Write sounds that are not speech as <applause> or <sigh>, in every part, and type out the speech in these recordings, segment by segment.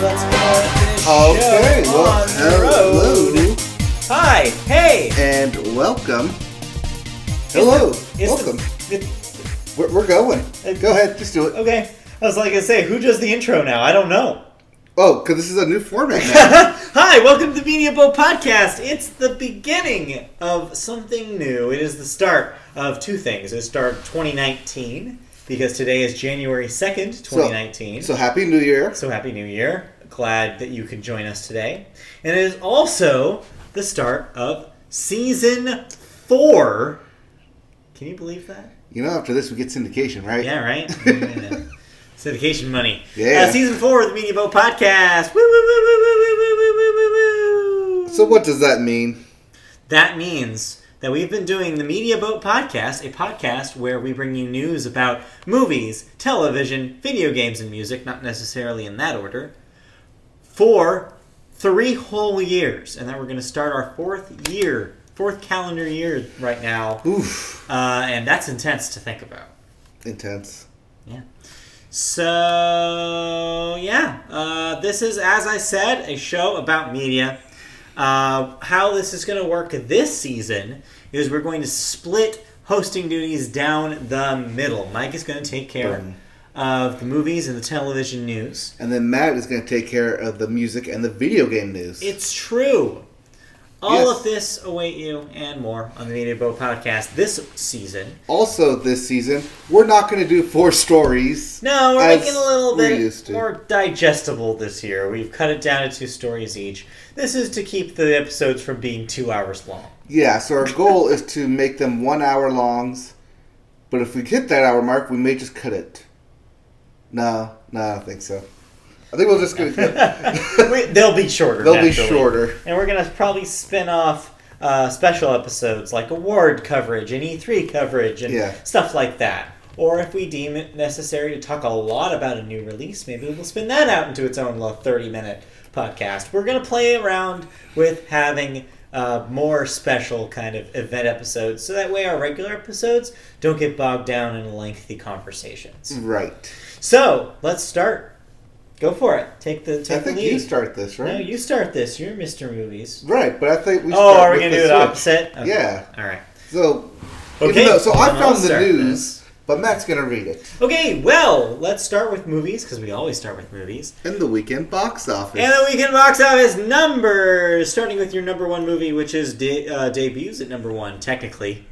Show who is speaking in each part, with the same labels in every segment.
Speaker 1: Let's go finish
Speaker 2: Okay,
Speaker 1: show
Speaker 2: well,
Speaker 1: on the road.
Speaker 2: hello
Speaker 1: Hi, hey.
Speaker 2: and welcome. Hello,
Speaker 1: the- is the-
Speaker 2: welcome.
Speaker 1: it-
Speaker 2: We're, we're going.
Speaker 1: It-
Speaker 2: Go ahead, just do it.
Speaker 1: okay, I was like I say, who does the intro now? I don't know. <laughs>
Speaker 2: Oh, because this is a new format now.
Speaker 1: Hi, welcome to the Media Boat Podcast. It's the beginning of something new. It is the start of two things. It's start of 2019 because today is January 2nd, 2019.
Speaker 2: so happy New Year.
Speaker 1: So happy new year. Glad that you could join us today. And it is also the start of season four. Can you believe that?
Speaker 2: You know, after this we get syndication, right?
Speaker 1: Yeah,
Speaker 2: <laughs>
Speaker 1: right? Syndication money.
Speaker 2: Yeah.
Speaker 1: Uh, season four of the Media Boat Podcast. Woo, woo, woo, woo, woo, woo, woo, woo, woo, woo.
Speaker 2: So what does that mean?
Speaker 1: That means that we've been doing the Media Boat Podcast, a podcast where we bring you news about movies, television, video games, and music, not necessarily in that order, for three whole years. And then we're going to start our fourth year, fourth calendar year right now.
Speaker 2: Oof,
Speaker 1: Uh, and that's intense to think about.
Speaker 2: intense.
Speaker 1: So yeah, uh, this is as I said a show about media. Uh, how this is going to work this season is we're going to split hosting duties down the middle. Mike is going to take care
Speaker 2: Boom.
Speaker 1: of the movies and the television news.
Speaker 2: And then Matt is going to take care of the music and the video game news.
Speaker 1: It's true. All
Speaker 2: Yes.
Speaker 1: of this await you and more on the Media Boat podcast this season.
Speaker 2: also, this season we're not going to do four stories.
Speaker 1: No, we're
Speaker 2: as
Speaker 1: making it a little
Speaker 2: we're
Speaker 1: bit
Speaker 2: used to.
Speaker 1: more digestible this year. We've cut it down to two stories each. This is to keep the episodes from being two hours long. <laughs>
Speaker 2: Yeah, so our goal is to make them one hour longs, but if we hit that hour mark, we may just cut it. No, no, I don't think so. I think we'll
Speaker 1: <laughs>
Speaker 2: just go.
Speaker 1: We- They'll be shorter.
Speaker 2: They'll be
Speaker 1: naturally.
Speaker 2: shorter.
Speaker 1: And we're gonna probably spin off uh, special episodes like award coverage and E3 coverage and
Speaker 2: Yeah.
Speaker 1: stuff like that. Or if we deem it necessary to talk a lot about a new release, maybe we'll spin that out into its own little 30 minute podcast. We're gonna play around with having uh, more special kind of event episodes, so that way our regular episodes don't get bogged down in lengthy
Speaker 2: Mm.
Speaker 1: conversations.
Speaker 2: Right.
Speaker 1: So let's start. Go for it. Take the take
Speaker 2: I think
Speaker 1: the lead.
Speaker 2: you start this,
Speaker 1: No,
Speaker 2: right?
Speaker 1: you start this. You're Mr. Movies.
Speaker 2: Right, but I think we.
Speaker 1: Oh,
Speaker 2: start
Speaker 1: are we
Speaker 2: with
Speaker 1: gonna
Speaker 2: the
Speaker 1: do the
Speaker 2: switch.
Speaker 1: opposite? Okay.
Speaker 2: Yeah.
Speaker 1: All right.
Speaker 2: So, even
Speaker 1: Okay.
Speaker 2: though- so I
Speaker 1: then I'll
Speaker 2: found the
Speaker 1: start
Speaker 2: news, but Matt's gonna read it.
Speaker 1: this. Okay. Well, let's start with movies because we always start with movies.
Speaker 2: And the weekend box office.
Speaker 1: And the weekend box office numbers, starting with your number one movie, which is de- uh, debuts at number one technically.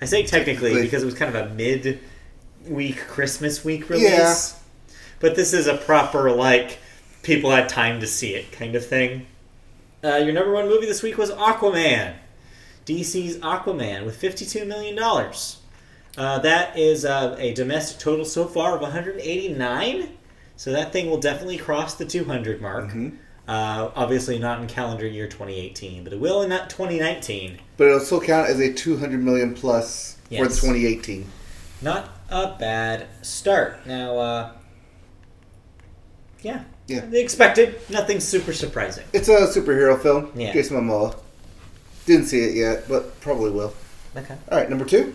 Speaker 1: I say technically,
Speaker 2: Technically.
Speaker 1: because it was kind of a mid-week Christmas week release.
Speaker 2: Yeah.
Speaker 1: But this is a proper like people had time to see it kind of thing. Uh, your number one movie this week was Aquaman. DC's Aquaman with $52 million. Uh, that is uh, a domestic total so far of 189. So that thing will definitely cross the 200 mark.
Speaker 2: Mhm.
Speaker 1: Uh, obviously not in calendar year 2018, but it will in that 2019.
Speaker 2: But it'll still count as a 200 million plus for
Speaker 1: Yes.
Speaker 2: 2018.
Speaker 1: Not a bad start. Now, uh, yeah.
Speaker 2: Yeah.
Speaker 1: They Expected. Nothing super surprising.
Speaker 2: It's a superhero film.
Speaker 1: Yeah.
Speaker 2: Jason Momoa. Didn't see it yet, but probably will.
Speaker 1: Okay.
Speaker 2: All right, number two.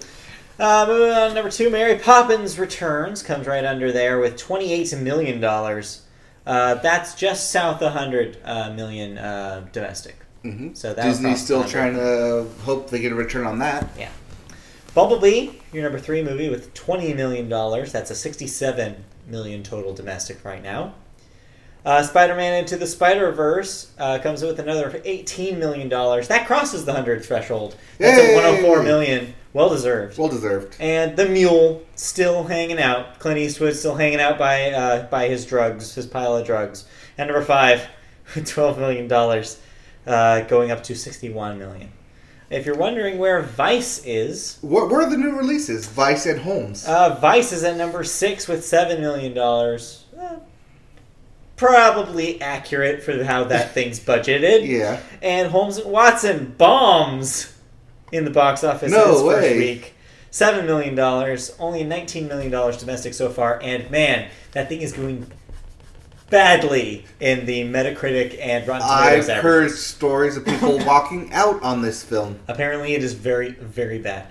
Speaker 1: Uh, moving on to number two, Mary Poppins Returns comes right under there with twenty-eight million dollars. Uh, that's just south of hundred uh, million uh, domestic.
Speaker 2: Mm-hmm.
Speaker 1: So that
Speaker 2: Disney's still trying to hope they get a return on that.
Speaker 1: Bumblebee, your number three movie with twenty million dollars. That's a sixty-seven million total domestic right now. Uh, Spider-Man Into the Spider-Verse uh, comes with another eighteen million dollars. That crosses the hundred threshold. That's
Speaker 2: Yay!
Speaker 1: a one hundred four million. Well deserved.
Speaker 2: Well deserved.
Speaker 1: and the mule still hanging out. Clint Eastwood still hanging out by uh, by his drugs, his pile of drugs. And number five, <laughs> twelve million dollars, uh, going up to sixty-one million. If you're wondering where Vice is,
Speaker 2: What were the new releases? Vice and Holmes.
Speaker 1: uh, Vice is at number six with seven million dollars. Uh, Probably accurate for how that thing's budgeted.
Speaker 2: yeah.
Speaker 1: And Holmes and Watson bombs in the box office
Speaker 2: No
Speaker 1: this
Speaker 2: way.
Speaker 1: first week. Seven million dollars, only nineteen million dollars domestic so far, and man, that thing is doing badly in the Metacritic and Rotten
Speaker 2: I've
Speaker 1: Tomatoes. average.
Speaker 2: heard stories
Speaker 1: <laughs>
Speaker 2: of people walking out on this film.
Speaker 1: Apparently, it is very, very bad.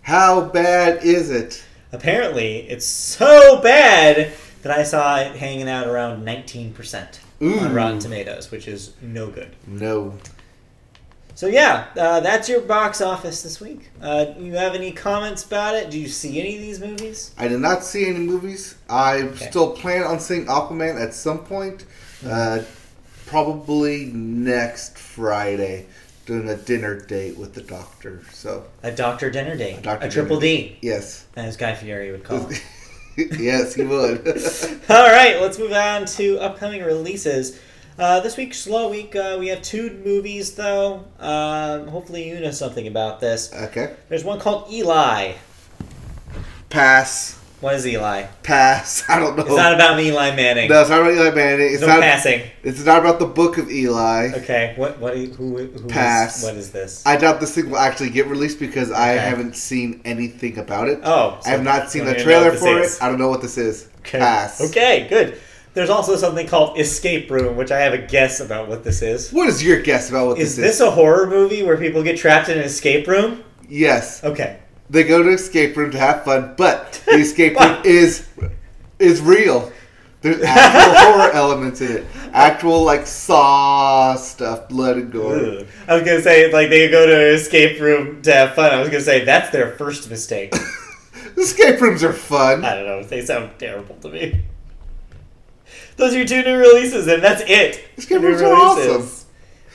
Speaker 2: How bad is it?
Speaker 1: Apparently, it's so bad that I saw it hanging out around 19% on
Speaker 2: Ooh.
Speaker 1: Rotten Tomatoes, which is no good.
Speaker 2: No.
Speaker 1: So yeah, uh, that's your box office this week. Uh, you have any comments about it? Do you see any of these movies?
Speaker 2: I did not see any movies. I
Speaker 1: Okay. Mm-hmm.
Speaker 2: still plan on seeing Aquaman at some point, uh, probably next Friday, doing a dinner date with the doctor. So
Speaker 1: A Doctor Dinner Date,
Speaker 2: A
Speaker 1: a,
Speaker 2: Dr.
Speaker 1: Triple D,
Speaker 2: yes,
Speaker 1: as Guy Fieri would
Speaker 2: <laughs>
Speaker 1: call it. <laughs>
Speaker 2: yes, he would.
Speaker 1: All right, let's move on to upcoming releases. Uh, this week, slow week. Uh, we have two movies though. Um, hopefully, you know something about this.
Speaker 2: okay,
Speaker 1: There's one called Eli.
Speaker 2: pass,
Speaker 1: What is Eli?
Speaker 2: pass. <laughs> I don't know.
Speaker 1: It's not about Eli Manning.
Speaker 2: Oh. no, it's not about Eli Manning. It's
Speaker 1: no
Speaker 2: not.
Speaker 1: passing.
Speaker 2: It's not about the book of Eli.
Speaker 1: Okay. What? What? Who? who is-
Speaker 2: Pass.
Speaker 1: what is this?
Speaker 2: I doubt this thing will actually get released because I
Speaker 1: Okay.
Speaker 2: haven't seen anything about it.
Speaker 1: oh, so
Speaker 2: I have not seen
Speaker 1: don't
Speaker 2: the
Speaker 1: even know what
Speaker 2: trailer
Speaker 1: this
Speaker 2: for
Speaker 1: is.
Speaker 2: it. I don't know what this is.
Speaker 1: Okay.
Speaker 2: Pass.
Speaker 1: Okay, good. There's also something called Escape Room, which I have a guess about what this is.
Speaker 2: What is your guess about what
Speaker 1: Is
Speaker 2: this is?
Speaker 1: this a horror movie where people get trapped in an escape room?
Speaker 2: Yes,
Speaker 1: Okay.
Speaker 2: they go to escape room to have fun, but the
Speaker 1: <laughs>
Speaker 2: escape room is is real. There's actual horror elements in it. Actual like saw stuff, blood and gore.
Speaker 1: Ugh. I was gonna say like they go to an escape room to have fun. I was gonna say that's their first mistake.
Speaker 2: Escape rooms are fun.
Speaker 1: I don't know. They sound terrible to me. Those are your two new releases, and that's it.
Speaker 2: Escape
Speaker 1: New
Speaker 2: rooms are
Speaker 1: releases.
Speaker 2: awesome.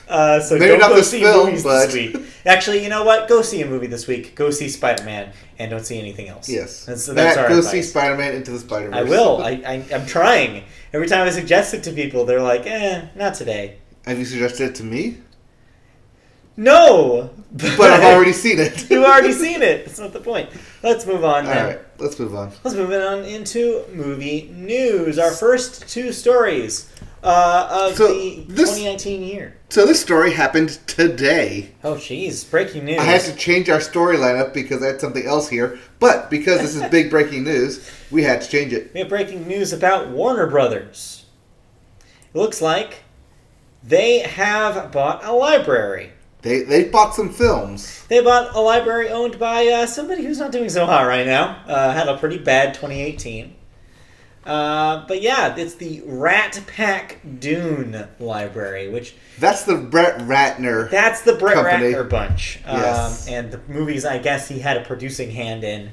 Speaker 1: Uh, so
Speaker 2: Maybe
Speaker 1: don't
Speaker 2: not
Speaker 1: go
Speaker 2: this
Speaker 1: see
Speaker 2: film,
Speaker 1: movies
Speaker 2: but-
Speaker 1: this week. Actually, you know what? Go see a movie this week. Go see Spider Man, and don't see anything else.
Speaker 2: Yes.
Speaker 1: that's, that's
Speaker 2: Matt,
Speaker 1: our
Speaker 2: go
Speaker 1: advice.
Speaker 2: see Spider Man into the Spider Verse.
Speaker 1: I will. I, I I'm trying. Every time I suggest it to people, they're like, "Eh, not today."
Speaker 2: Have you suggested it to me?
Speaker 1: No, <laughs>
Speaker 2: But I've already seen it.
Speaker 1: you've already seen it. That's not the point. Let's move on.
Speaker 2: <laughs> All
Speaker 1: then.
Speaker 2: right, let's move on.
Speaker 1: Let's move on into movie news. Our first two stories uh, of
Speaker 2: So,
Speaker 1: the
Speaker 2: this-
Speaker 1: 2019 year.
Speaker 2: So this story happened today.
Speaker 1: Oh, jeez, breaking news.
Speaker 2: I had to change our story lineup because I had something else here. But because this is big breaking news, we had to change it.
Speaker 1: We have breaking news about Warner Brothers. It looks like they have bought a library.
Speaker 2: They they bought some films.
Speaker 1: They bought a library owned by uh, somebody who's not doing so hot right now. Uh, had a pretty bad 2018. Uh, but yeah, it's the Rat Pack Dune Library, which
Speaker 2: That's the Brett Ratner.
Speaker 1: that's the Brett
Speaker 2: Company.
Speaker 1: Ratner bunch. Um,
Speaker 2: Yes.
Speaker 1: And the movies, I guess, he had a producing hand in.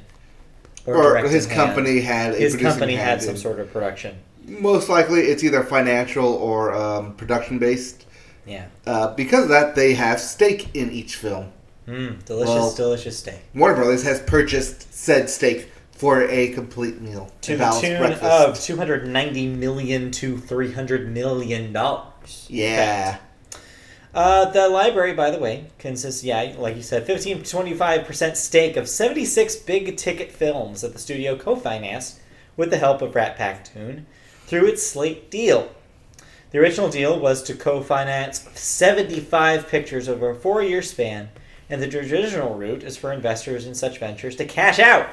Speaker 2: or
Speaker 1: directing
Speaker 2: his
Speaker 1: hand.
Speaker 2: company had a
Speaker 1: His
Speaker 2: producing
Speaker 1: company
Speaker 2: hand
Speaker 1: had some
Speaker 2: in.
Speaker 1: sort of production.
Speaker 2: Most likely, it's either financial or um, production based.
Speaker 1: Yeah.
Speaker 2: Uh, because of that, they have stake in each film.
Speaker 1: Mm, delicious,
Speaker 2: Well,
Speaker 1: delicious steak.
Speaker 2: Warner Brothers has purchased said stake for a complete meal
Speaker 1: To
Speaker 2: and
Speaker 1: the
Speaker 2: balanced
Speaker 1: tune
Speaker 2: breakfast.
Speaker 1: of 290 million to 300 million dollars.
Speaker 2: yeah,
Speaker 1: Uh, the library, by the way, consists, yeah, like you said, 15 to 25% stake of 76 big ticket films that the studio co financed with the help of Rat Pack Tune through its slate deal. The original deal was to co finance 75 pictures over a four year span, and the traditional route is for investors in such ventures to cash out.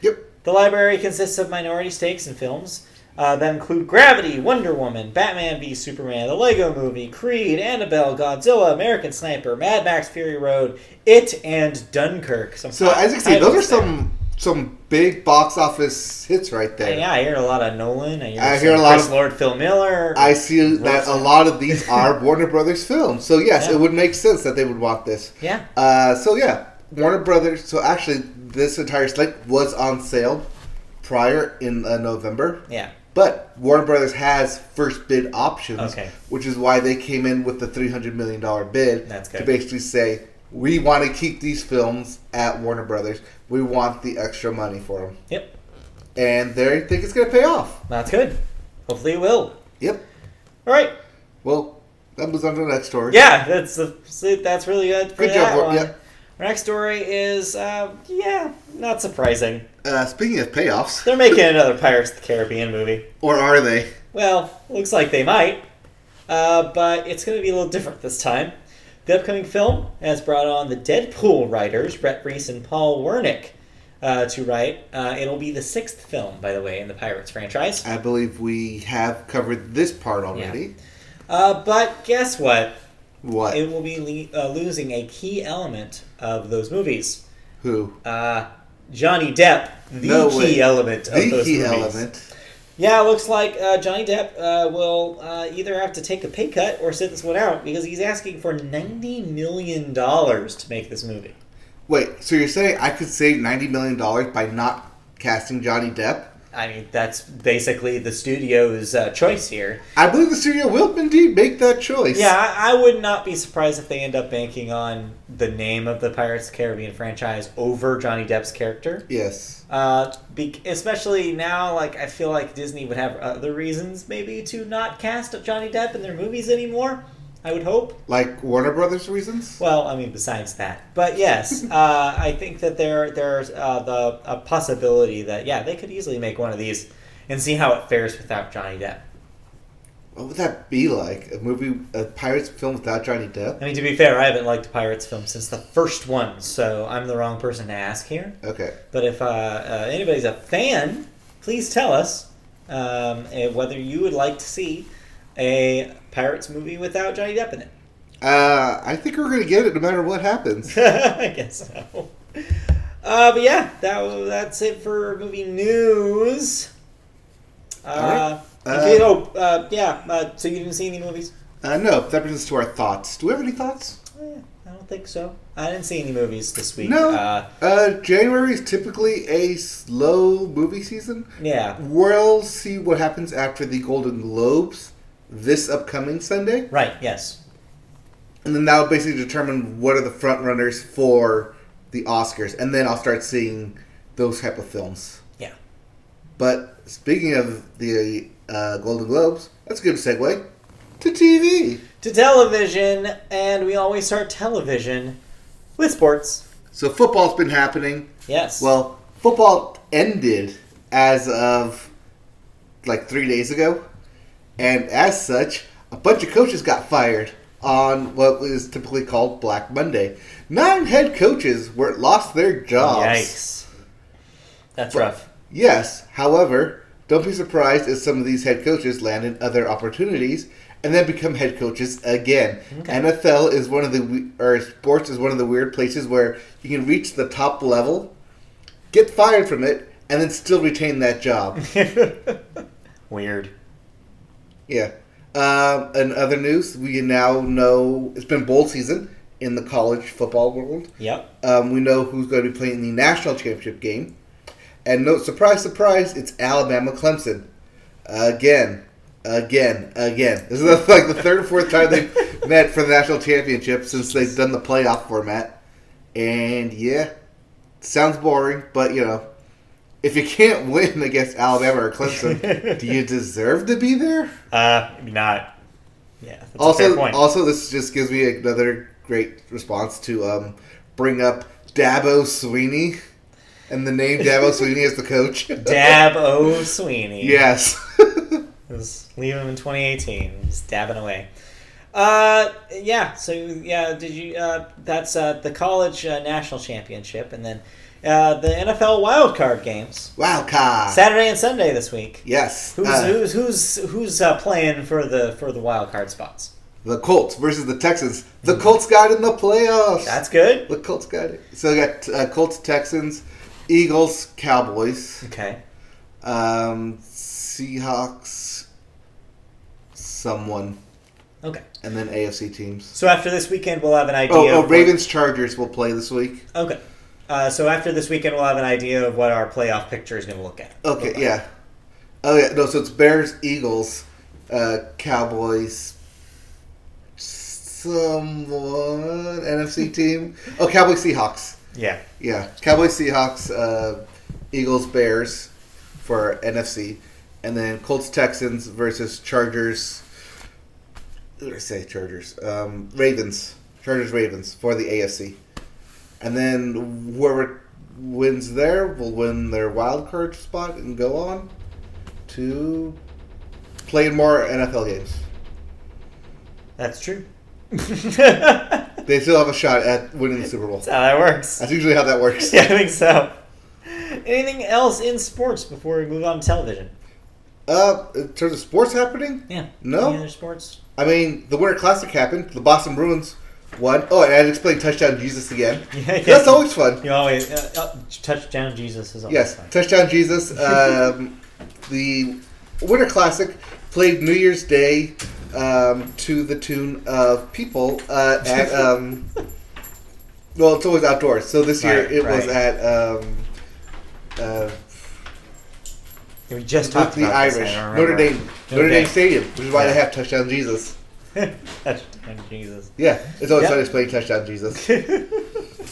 Speaker 2: yep.
Speaker 1: The library consists of minority stakes in films uh, that include Gravity, Wonder Woman, Batman v Superman, The Lego Movie, Creed, Annabelle, Godzilla, American Sniper, Mad Max Fury Road, It, and Dunkirk. Some
Speaker 2: So
Speaker 1: hot
Speaker 2: as you can see, those are
Speaker 1: titles there.
Speaker 2: some some big box office hits right there.
Speaker 1: Yeah, I hear a lot of Nolan. I hear,
Speaker 2: I
Speaker 1: some
Speaker 2: hear a lot
Speaker 1: Chris
Speaker 2: of-
Speaker 1: Lord, Phil Miller.
Speaker 2: I see that a lot of these are
Speaker 1: <laughs>
Speaker 2: Warner Brothers films. So yes,
Speaker 1: Yeah.
Speaker 2: it would make sense that they would want this.
Speaker 1: yeah,
Speaker 2: Uh, so yeah, Warner Brothers. So actually, this entire slate was on sale prior in uh, November,
Speaker 1: yeah.
Speaker 2: but Warner Brothers has first bid options,
Speaker 1: Okay.
Speaker 2: which is why they came in with the three hundred million dollar bid
Speaker 1: That's
Speaker 2: to
Speaker 1: good.
Speaker 2: basically say we want to keep these films at Warner Brothers. We want the extra money for them,
Speaker 1: Yep,
Speaker 2: and they think it's going to pay off.
Speaker 1: that's good. Hopefully it will.
Speaker 2: Yep.
Speaker 1: All right.
Speaker 2: Well, that moves on to the next story.
Speaker 1: Yeah, that's the, that's really good for
Speaker 2: Good
Speaker 1: that
Speaker 2: job, Lord.
Speaker 1: one.
Speaker 2: Yep.
Speaker 1: Our next story is, uh, yeah, not surprising.
Speaker 2: Uh, speaking of payoffs,
Speaker 1: They're making another Pirates of the Caribbean movie.
Speaker 2: or are they?
Speaker 1: Well, looks like they might, uh, but it's going to be a little different this time. The upcoming film has brought on the Deadpool writers, Brett Reese and Paul Wernick, uh, to write. Uh, it'll be the sixth film, by the way, in the Pirates franchise.
Speaker 2: I believe we have covered this part already.
Speaker 1: Uh, but guess what?
Speaker 2: What?
Speaker 1: It will be le- uh, losing a key element of those movies.
Speaker 2: Who?
Speaker 1: Uh, Johnny Depp, the
Speaker 2: No
Speaker 1: key
Speaker 2: way.
Speaker 1: element of
Speaker 2: The
Speaker 1: those
Speaker 2: key
Speaker 1: movies.
Speaker 2: element.
Speaker 1: Yeah, it looks like uh, Johnny Depp uh, will uh, either have to take a pay cut or sit this one out because he's asking for ninety million dollars to make this movie.
Speaker 2: Wait, so you're saying I could save ninety million dollars by not casting Johnny Depp?
Speaker 1: I mean, that's basically the studio's uh, choice here.
Speaker 2: I believe the studio will indeed make that choice.
Speaker 1: Yeah, I, I would not be surprised if they end up banking on the name of the Pirates of the Caribbean franchise over Johnny Depp's character.
Speaker 2: Yes.
Speaker 1: Uh, be- especially now, like I feel like Disney would have other reasons maybe to not cast Johnny Depp in their movies anymore. I would hope.
Speaker 2: Like Warner Brothers reasons?
Speaker 1: Well, I mean, besides that, but yes, uh, I think that there there's uh, the a possibility that yeah they could easily make one of these and see how it fares without Johnny Depp.
Speaker 2: What would that be like? A movie, a Pirates film without Johnny Depp?
Speaker 1: I mean, to be fair, I haven't liked a Pirates film since the first one, so I'm the wrong person to ask here.
Speaker 2: Okay.
Speaker 1: But if uh, uh, anybody's a fan, please tell us um, eh, whether you would like to see a Pirates movie without Johnny Depp in it.
Speaker 2: Uh, I think we're going to get it no matter what
Speaker 1: <laughs>
Speaker 2: happens.
Speaker 1: I guess so. Uh, but yeah, that wa- that's it for movie news. Uh,
Speaker 2: All right.
Speaker 1: you did-
Speaker 2: Uh,
Speaker 1: oh, uh, yeah. Uh, so you didn't see any movies?
Speaker 2: Uh, no, that brings us to our thoughts. Do we have any thouts?
Speaker 1: Oh, yeah, I don't think so. I didn't see any movies this week.
Speaker 2: No.
Speaker 1: Uh,
Speaker 2: Uh, January is typically a slow movie season.
Speaker 1: yeah.
Speaker 2: We'll see what happens after the Golden Globes this upcoming Sunday.
Speaker 1: Right. Yes.
Speaker 2: and then that'll basically determine what are the front runners for the Oscars, and then I'll start seeing those type of films.
Speaker 1: Yeah.
Speaker 2: But speaking of the uh, Golden Globes, that's a good segue to TV.
Speaker 1: To television, and we always start television with sports.
Speaker 2: So football's been happening.
Speaker 1: Yes.
Speaker 2: Well, football ended as of like three days ago, and as such, a bunch of coaches got fired on what is typically called Black Monday. Nine head coaches were lost their jobs.
Speaker 1: Yikes. That's rough.
Speaker 2: Yes, however, don't be surprised if some of these head coaches land in other opportunities and then become head coaches again. NFL is one of the we- or sports is one of the weird places where you can reach the top level, get fired from it, and then still retain that job. <laughs>
Speaker 1: Weird.
Speaker 2: yeah. Um, in other news, we now know it's been bowl season in the college football world.
Speaker 1: Yep.
Speaker 2: Um, we know who's going to be playing in the national championship game. And no surprise, surprise, it's Alabama Clemson. Again, again, again. This is like the <laughs> third or fourth time they've met for the national championship since they've done the playoff format. And yeah, sounds boring, but you know, if you can't <laughs> win against Alabama or Clemson, do you deserve to be there?
Speaker 1: Uh, not. Yeah. That's a fair
Speaker 2: also,
Speaker 1: point.
Speaker 2: also, this just gives me another great response to um, bring up Dabo Sweeney and the
Speaker 1: <laughs>
Speaker 2: name Dabo Sweeney as the coach.
Speaker 1: Dab O Sweeney.
Speaker 2: yes. <laughs>
Speaker 1: Just leave him in 2018. Just dabbing away. Uh, yeah. So yeah, did you? Uh, that's uh, the college uh, national championship, and then uh, the NFL wild card games
Speaker 2: wow, Kai.
Speaker 1: Saturday and Sunday this week.
Speaker 2: yes.
Speaker 1: Who's
Speaker 2: Uh,
Speaker 1: who's who's who's uh, playing for the for the wild card spots?
Speaker 2: the Colts versus the Texans. The Colts got in the playoffs.
Speaker 1: That's good.
Speaker 2: the Colts got it. So we got uh, Colts, Texans, Eagles, Cowboys,
Speaker 1: Okay.
Speaker 2: um, Seahawks, someone,
Speaker 1: Okay.
Speaker 2: and then AFC teams.
Speaker 1: So after this weekend, we'll have an idea.
Speaker 2: Oh,
Speaker 1: of
Speaker 2: oh
Speaker 1: what-
Speaker 2: Ravens, Chargers will play this week.
Speaker 1: Okay. Uh, so after this weekend, we'll have an idea of what our playoff picture is going to look at.
Speaker 2: Okay,
Speaker 1: Look like.
Speaker 2: yeah. Oh yeah, no. So it's Bears, Eagles, uh, Cowboys, someone NFC team. Oh, Cowboys, Seahawks.
Speaker 1: Yeah.
Speaker 2: Yeah, Cowboys, Seahawks, uh, Eagles, Bears for NFC, and then Colts, Texans versus Chargers. What did I say? Chargers, um, Ravens, Chargers, Ravens for the AFC, and then whoever wins there will win their wild card spot and go on to play in more NFL games.
Speaker 1: That's true. <laughs> That's
Speaker 2: They still have a shot at winning the Super Bowl.
Speaker 1: how that works. <laughs>
Speaker 2: That's usually how that works.
Speaker 1: Yeah, I think so. Anything else in sports before we move on to television?
Speaker 2: Uh, in terms of sports happening,
Speaker 1: Yeah.
Speaker 2: No.
Speaker 1: Any other sports?
Speaker 2: I mean, the Winter Classic happened. The Boston Bruins won. Oh, and I had to explain touchdown Jesus again.
Speaker 1: <laughs> Yeah, yeah.
Speaker 2: That's always fun.
Speaker 1: You always uh, uh, touchdown Jesus is always
Speaker 2: Yes,
Speaker 1: fun.
Speaker 2: touchdown Jesus. Um, <laughs> the Winter Classic played New Year's Day um, to the tune of People uh,
Speaker 1: <laughs>
Speaker 2: at. Um, well, it's always outdoors. So this year
Speaker 1: Right,
Speaker 2: it was
Speaker 1: right.
Speaker 2: at. Um, uh,
Speaker 1: We just talked
Speaker 2: the
Speaker 1: about
Speaker 2: Irish
Speaker 1: This, I don't
Speaker 2: Notre Dame Notre Dame
Speaker 1: Dame.
Speaker 2: Stadium, which is why
Speaker 1: Yeah.
Speaker 2: they have touchdown Jesus.
Speaker 1: <laughs> remember. Touchdown Jesus. <laughs>
Speaker 2: Yeah, it's always
Speaker 1: Yeah.
Speaker 2: fun to play touchdown Jesus.
Speaker 1: <laughs>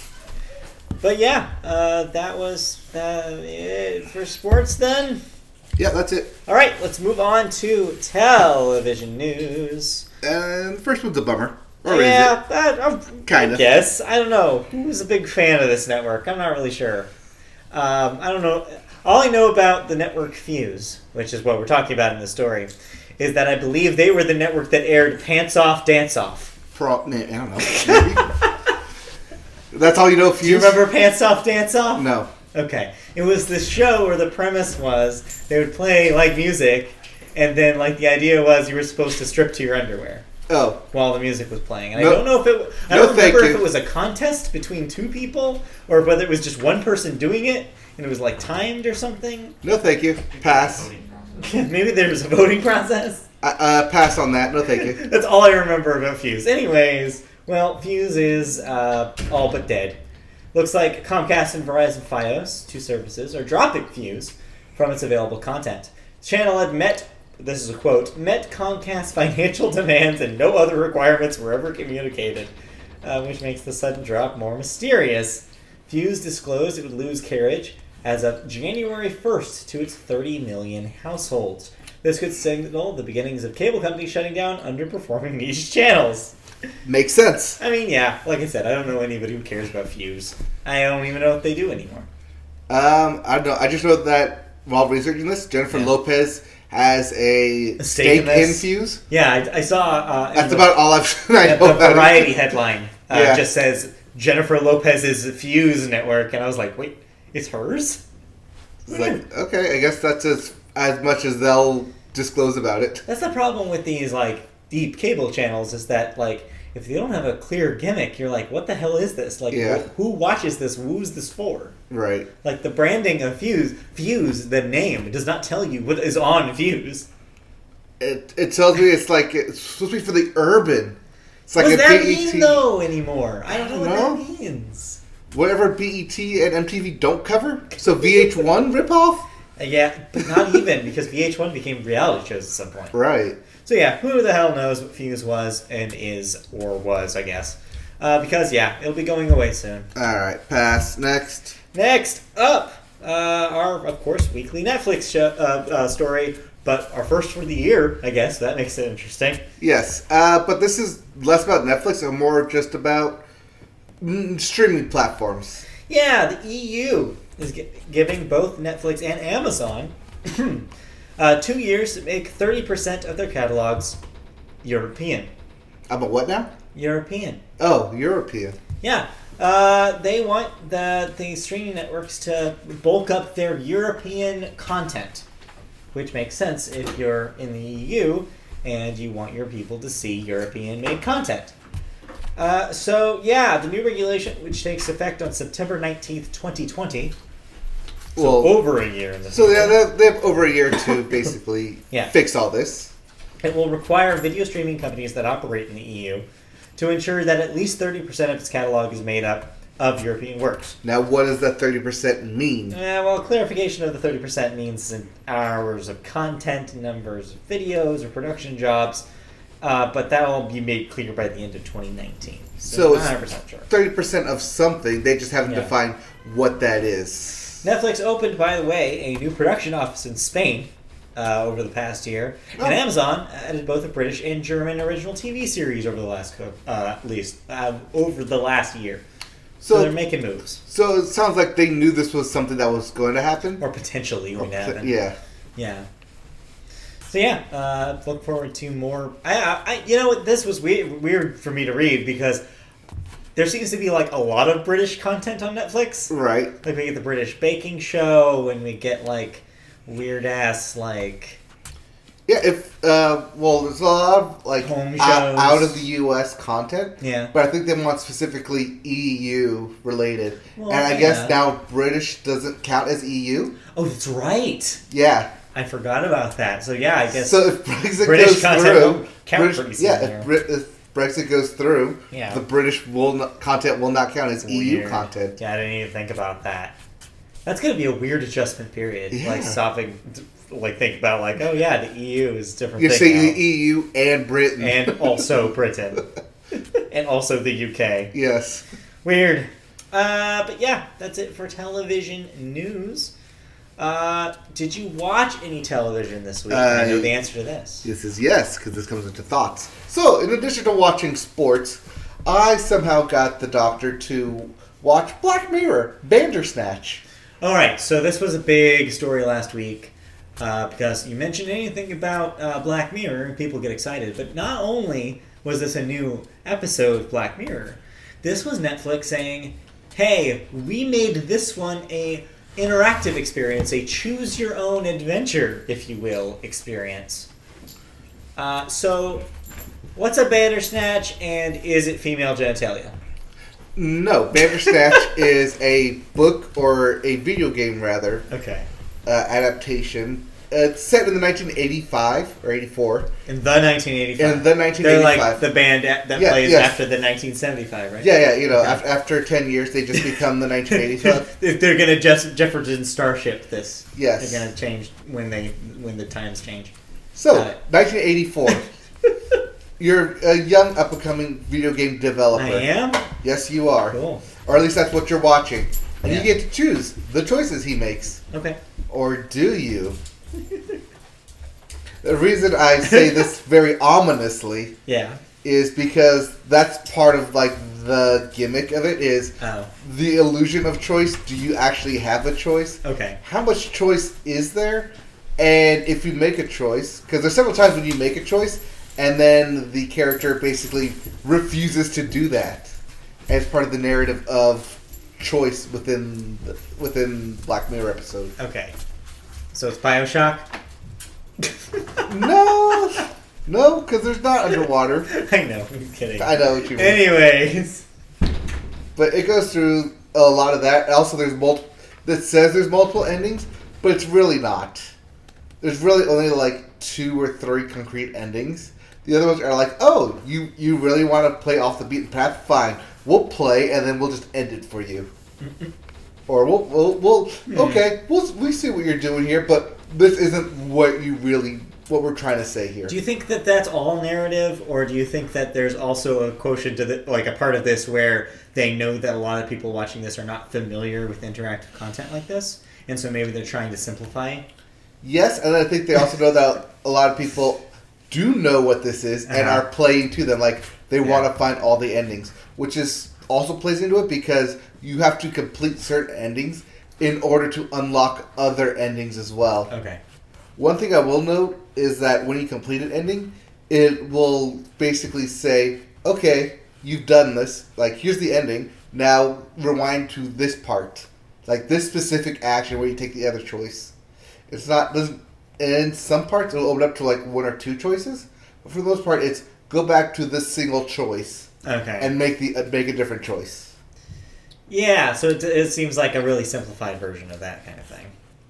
Speaker 1: But yeah, uh, that was uh, it for sports then.
Speaker 2: yeah, that's it.
Speaker 1: All right, let's move on to television news.
Speaker 2: And the first one's a bummer.
Speaker 1: yeah, that, I'm,
Speaker 2: Kinda.
Speaker 1: Yes, I don't know. Who's a big fan of this network? I'm not really sure. Um, I don't know. All I know about the network Fuse, which is what we're talking about in the story, is that I believe they were the network that aired Pants Off, Dance Off.
Speaker 2: Pro, I don't know. Maybe. <laughs> that's all you know. Fuse?
Speaker 1: Do you remember Pants Off, Dance Off?
Speaker 2: No.
Speaker 1: Okay. It was the show where the premise was they would play like music, and then like the idea was you were supposed to strip to your underwear
Speaker 2: Oh,
Speaker 1: while the music was playing. And I
Speaker 2: No-
Speaker 1: don't know if it I
Speaker 2: no,
Speaker 1: don't remember
Speaker 2: thank
Speaker 1: if
Speaker 2: you.
Speaker 1: it was a contest between two people or whether it was just one person doing it and it was like timed or something. <laughs>
Speaker 2: no, thank you. Pass.
Speaker 1: Maybe there was a voting process.
Speaker 2: I, uh, pass on that. No,
Speaker 1: <laughs>
Speaker 2: thank you.
Speaker 1: That's all I remember about Fuse. Anyways, well, Fuse is uh, all but dead. Looks like Comcast and Verizon Fios, two services, are dropping Fuse from its available content. The channel had met, this is a quote, met Comcast financial <laughs> demands and no other requirements were ever communicated, uh, which makes the sudden drop more mysterious. Fuse disclosed it would lose carriage as of January 1st to its 30 million households. This could signal the beginnings of cable companies shutting down underperforming <laughs> niche channels.
Speaker 2: Makes sense.
Speaker 1: I mean, yeah, like I said, I don't know anybody who cares about Fuse. I don't even know what they do anymore.
Speaker 2: Um, I don't know. I just know that while researching this, Jennifer
Speaker 1: Yeah.
Speaker 2: Lopez has a
Speaker 1: A stake
Speaker 2: stake
Speaker 1: in
Speaker 2: in
Speaker 1: this.
Speaker 2: Fuse.
Speaker 1: Yeah, I, I saw. Uh, in
Speaker 2: That's
Speaker 1: the,
Speaker 2: about all I've. <laughs> I
Speaker 1: the,
Speaker 2: know
Speaker 1: the
Speaker 2: about it.
Speaker 1: Variety headline uh,
Speaker 2: Yeah.
Speaker 1: just says Jennifer Lopez's Fuse network, and I was like, wait, it's hers?
Speaker 2: It's like, okay, I guess that's as as much as they'll disclose about it.
Speaker 1: That's the problem with these like deep cable channels is that like if they don't have a clear gimmick, you're like, what the hell is this? Like,
Speaker 2: Yeah.
Speaker 1: wh- who watches this? Who's this for?
Speaker 2: Right.
Speaker 1: Like the branding of Fuse, Fuse, the name does not tell you what is on Fuse.
Speaker 2: It it tells me it's like it's supposed to be for the urban. It's like
Speaker 1: what
Speaker 2: a E
Speaker 1: does that
Speaker 2: BET.
Speaker 1: mean though anymore? I don't know what
Speaker 2: know.
Speaker 1: that means.
Speaker 2: Whatever BET and MTV don't cover. So VH1 ripoff.
Speaker 1: Uh, yeah, but not even because VH1 became reality shows at some point.
Speaker 2: Right.
Speaker 1: So yeah, who the hell knows what Fuse was and is or was, I guess. Uh, because yeah, it'll be going away soon.
Speaker 2: All right. Pass. Next.
Speaker 1: Next up, uh, our of course weekly Netflix show, uh, uh, story, but our first for the year, I guess. That makes it interesting.
Speaker 2: Yes, uh, but this is less about Netflix and more just about mm, streaming platforms.
Speaker 1: Yeah, the EU is gi- giving both Netflix and Amazon <clears throat> uh, two years to make thirty percent of their catalogs European.
Speaker 2: I'm a what now?
Speaker 1: European.
Speaker 2: Oh, European.
Speaker 1: Yeah. Uh, they want the, the streaming networks to bulk up their European content, which makes sense if you're in the EU and you want your people to see European made content. Uh, so, yeah, the new regulation, which takes effect on September 19th, 2020,
Speaker 2: well,
Speaker 1: over a year in the
Speaker 2: so yeah,
Speaker 1: future,
Speaker 2: they, they have over a year to basically
Speaker 1: <laughs> Yeah.
Speaker 2: fix all this.
Speaker 1: it will require video streaming companies that operate in the EU to ensure that at least 30% of its catalog is made up of European works.
Speaker 2: Now, what does that thirty percent mean?
Speaker 1: Yeah, Eh, well, clarification of the 30% means in hours of content, numbers of videos, or production jobs, uh, but that'll be made clear by the end of 2019. So,
Speaker 2: So it's-
Speaker 1: 100% sure.
Speaker 2: Thirty percent of something. They just haven't
Speaker 1: Yeah.
Speaker 2: defined what that is.
Speaker 1: Netflix opened, by the way, a new production office in Spain uh, over the past year,
Speaker 2: Oh.
Speaker 1: and Amazon added both a British and German original TV series over the last co- uh, at least uh, over the last year. so they're
Speaker 2: So,
Speaker 1: making moves,
Speaker 2: so it sounds like they knew this was something that was going to happen.
Speaker 1: or potentially
Speaker 2: Oh,
Speaker 1: going to happen.
Speaker 2: Yeah.
Speaker 1: Yeah. So yeah, uh, look forward to more. I, I, I you know, what, this was weird, weird for me to read because there seems to be like a lot of British content on Netflix.
Speaker 2: Right.
Speaker 1: Like we get the British baking show, and we get like weird ass like
Speaker 2: Yeah. If uh, well, there's a lot of like
Speaker 1: Home
Speaker 2: ou-
Speaker 1: shows.
Speaker 2: out of the U.S. content.
Speaker 1: yeah.
Speaker 2: But I think they want specifically EU related.
Speaker 1: Well,
Speaker 2: and I guess
Speaker 1: yeah.
Speaker 2: now British doesn't count as EU.
Speaker 1: Oh, that's right.
Speaker 2: Yeah.
Speaker 1: I forgot about that. So yeah, I guess
Speaker 2: So if Brexit
Speaker 1: British
Speaker 2: goes
Speaker 1: content
Speaker 2: through,
Speaker 1: won't count
Speaker 2: British-
Speaker 1: for these
Speaker 2: yeah,
Speaker 1: in there.
Speaker 2: if, Brit- if Brexit goes through,
Speaker 1: Yeah.
Speaker 2: the British will not, content will not count as EU
Speaker 1: Weird.
Speaker 2: E content.
Speaker 1: Yeah, I didn't even think about that. That's gonna be a weird adjustment period.
Speaker 2: Yeah.
Speaker 1: Like stopping, like think about like, oh yeah, the EU is a different.
Speaker 2: You're
Speaker 1: thing
Speaker 2: saying
Speaker 1: now.
Speaker 2: the EU and Britain,
Speaker 1: and also Britain, and also the UK.
Speaker 2: <laughs> yes,
Speaker 1: Weird. Uh, but yeah, that's it for television news. Uh, did you watch any television this week? I know
Speaker 2: Uh,
Speaker 1: the answer to this.
Speaker 2: this is yes because this comes into thoughts. So in addition to watching sports, I somehow got the doctor to watch Black Mirror, Bandersnatch.
Speaker 1: All right, so this was a big story last week uh, because you mentioned anything about uh, Black Mirror and people get excited. But not only was this a new episode of Black Mirror, this was Netflix saying, "Hey, we made this one a interactive experience, a choose your own adventure, if you will, experience." Uh, so, what's a Bandersnatch, and is it female genitalia?
Speaker 2: No, Bandersnatch
Speaker 1: <laughs>
Speaker 2: is a book or a video game rather
Speaker 1: Okay.
Speaker 2: uh, adaptation. Uh, it's set in the 1985 or 84.
Speaker 1: In the 1985.
Speaker 2: In the
Speaker 1: They're
Speaker 2: 1985.
Speaker 1: like the band a- that
Speaker 2: Yeah,
Speaker 1: plays
Speaker 2: yes.
Speaker 1: after the 1975, right? <laughs>
Speaker 2: Yeah, yeah, you know,
Speaker 1: Okay.
Speaker 2: af- after 10 years, they just become
Speaker 1: <laughs>
Speaker 2: the 1985.
Speaker 1: If they're gonna just Jefferson Starship this,
Speaker 2: Yes.
Speaker 1: they're gonna change when they when the times
Speaker 2: <laughs>
Speaker 1: change.
Speaker 2: So,
Speaker 1: Got it.
Speaker 2: 1984. You're a young, up and coming video game developer.
Speaker 1: I am
Speaker 2: Yes, you are.
Speaker 1: cool.
Speaker 2: Or at least that's what you're watching. And
Speaker 1: Yeah.
Speaker 2: you get to choose the choices he makes.
Speaker 1: Okay,
Speaker 2: Or do you? the reason
Speaker 1: <laughs>
Speaker 2: I say this very ominously
Speaker 1: yeah.
Speaker 2: is because that's part of like the gimmick of it is
Speaker 1: Oh,
Speaker 2: the illusion of choice. Do you actually have a choice?
Speaker 1: okay.
Speaker 2: how much choice is there? And if you make a choice, because there's several times when you make a choice, and then the character basically refuses to do that as part of the narrative of choice within the, within Black Mirror episode.
Speaker 1: Okay. So it's Bioshock.
Speaker 2: <laughs> No, no, because there's not underwater.
Speaker 1: <laughs> I know. I'm kidding.
Speaker 2: I know what you mean,
Speaker 1: Anyways,
Speaker 2: but it goes through a lot of that. Also, there's multiple that says there's multiple endings, but it's really not. there's really only like two or three concrete endings. The other ones are like, oh, you you really want to play off the beaten path? Fine, we'll play, and then we'll just end it for you. or we'll we'll, we'll okay, we'll we see what you're doing here, but this isn't what you really what we're trying to say here.
Speaker 1: do you think that that's all narrative, or do you think that there's also a quotient to the, like a part of this where they know that a lot of people watching this are not familiar with interactive content like this, and so maybe they're trying to simplify?
Speaker 2: yes, and I think they also know that a lot of people do know what this is and
Speaker 1: Uh-huh.
Speaker 2: are playing to them. Like they
Speaker 1: Yeah.
Speaker 2: want to find all the endings, which is also plays into it because you have to complete certain endings in order to unlock other endings as well.
Speaker 1: Okay.
Speaker 2: One thing I will note is that when you complete an ending, it will basically say, "Okay, you've done this. Like here's the ending. Now rewind to this part, like this specific action where you take the other choice." It's not doesn't in some parts it'll open up to like one or two choices, but for the most part, it's go back to this single choice
Speaker 1: Okay.
Speaker 2: and make the uh, make a different choice.
Speaker 1: Yeah, so it, it seems like a really simplified version of that kind of thing.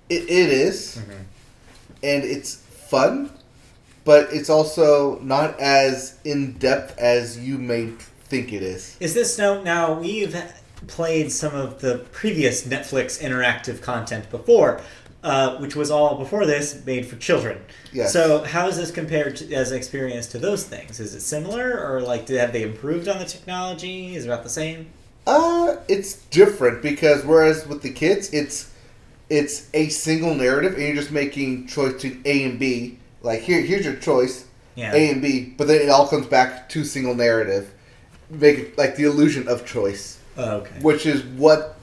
Speaker 2: It, it is.
Speaker 1: Mhm.
Speaker 2: and it's fun, but it's also not as in depth as you may think it is.
Speaker 1: Is this now? Now we've played some of the previous Netflix interactive content before, uh, which was all before this made for children.
Speaker 2: Yes.
Speaker 1: So how is this compared to, as an experience to those things? Is it similar, or like did, have they improved on the technology? Is it about the same?
Speaker 2: Uh, it's different because whereas with the kids, it's it's a single narrative, and you're just making choice between A and B. Like here, here's your choice,
Speaker 1: Yeah.
Speaker 2: A and B. But then it all comes back to single narrative, make it like the illusion of choice,
Speaker 1: Oh, okay.
Speaker 2: which is what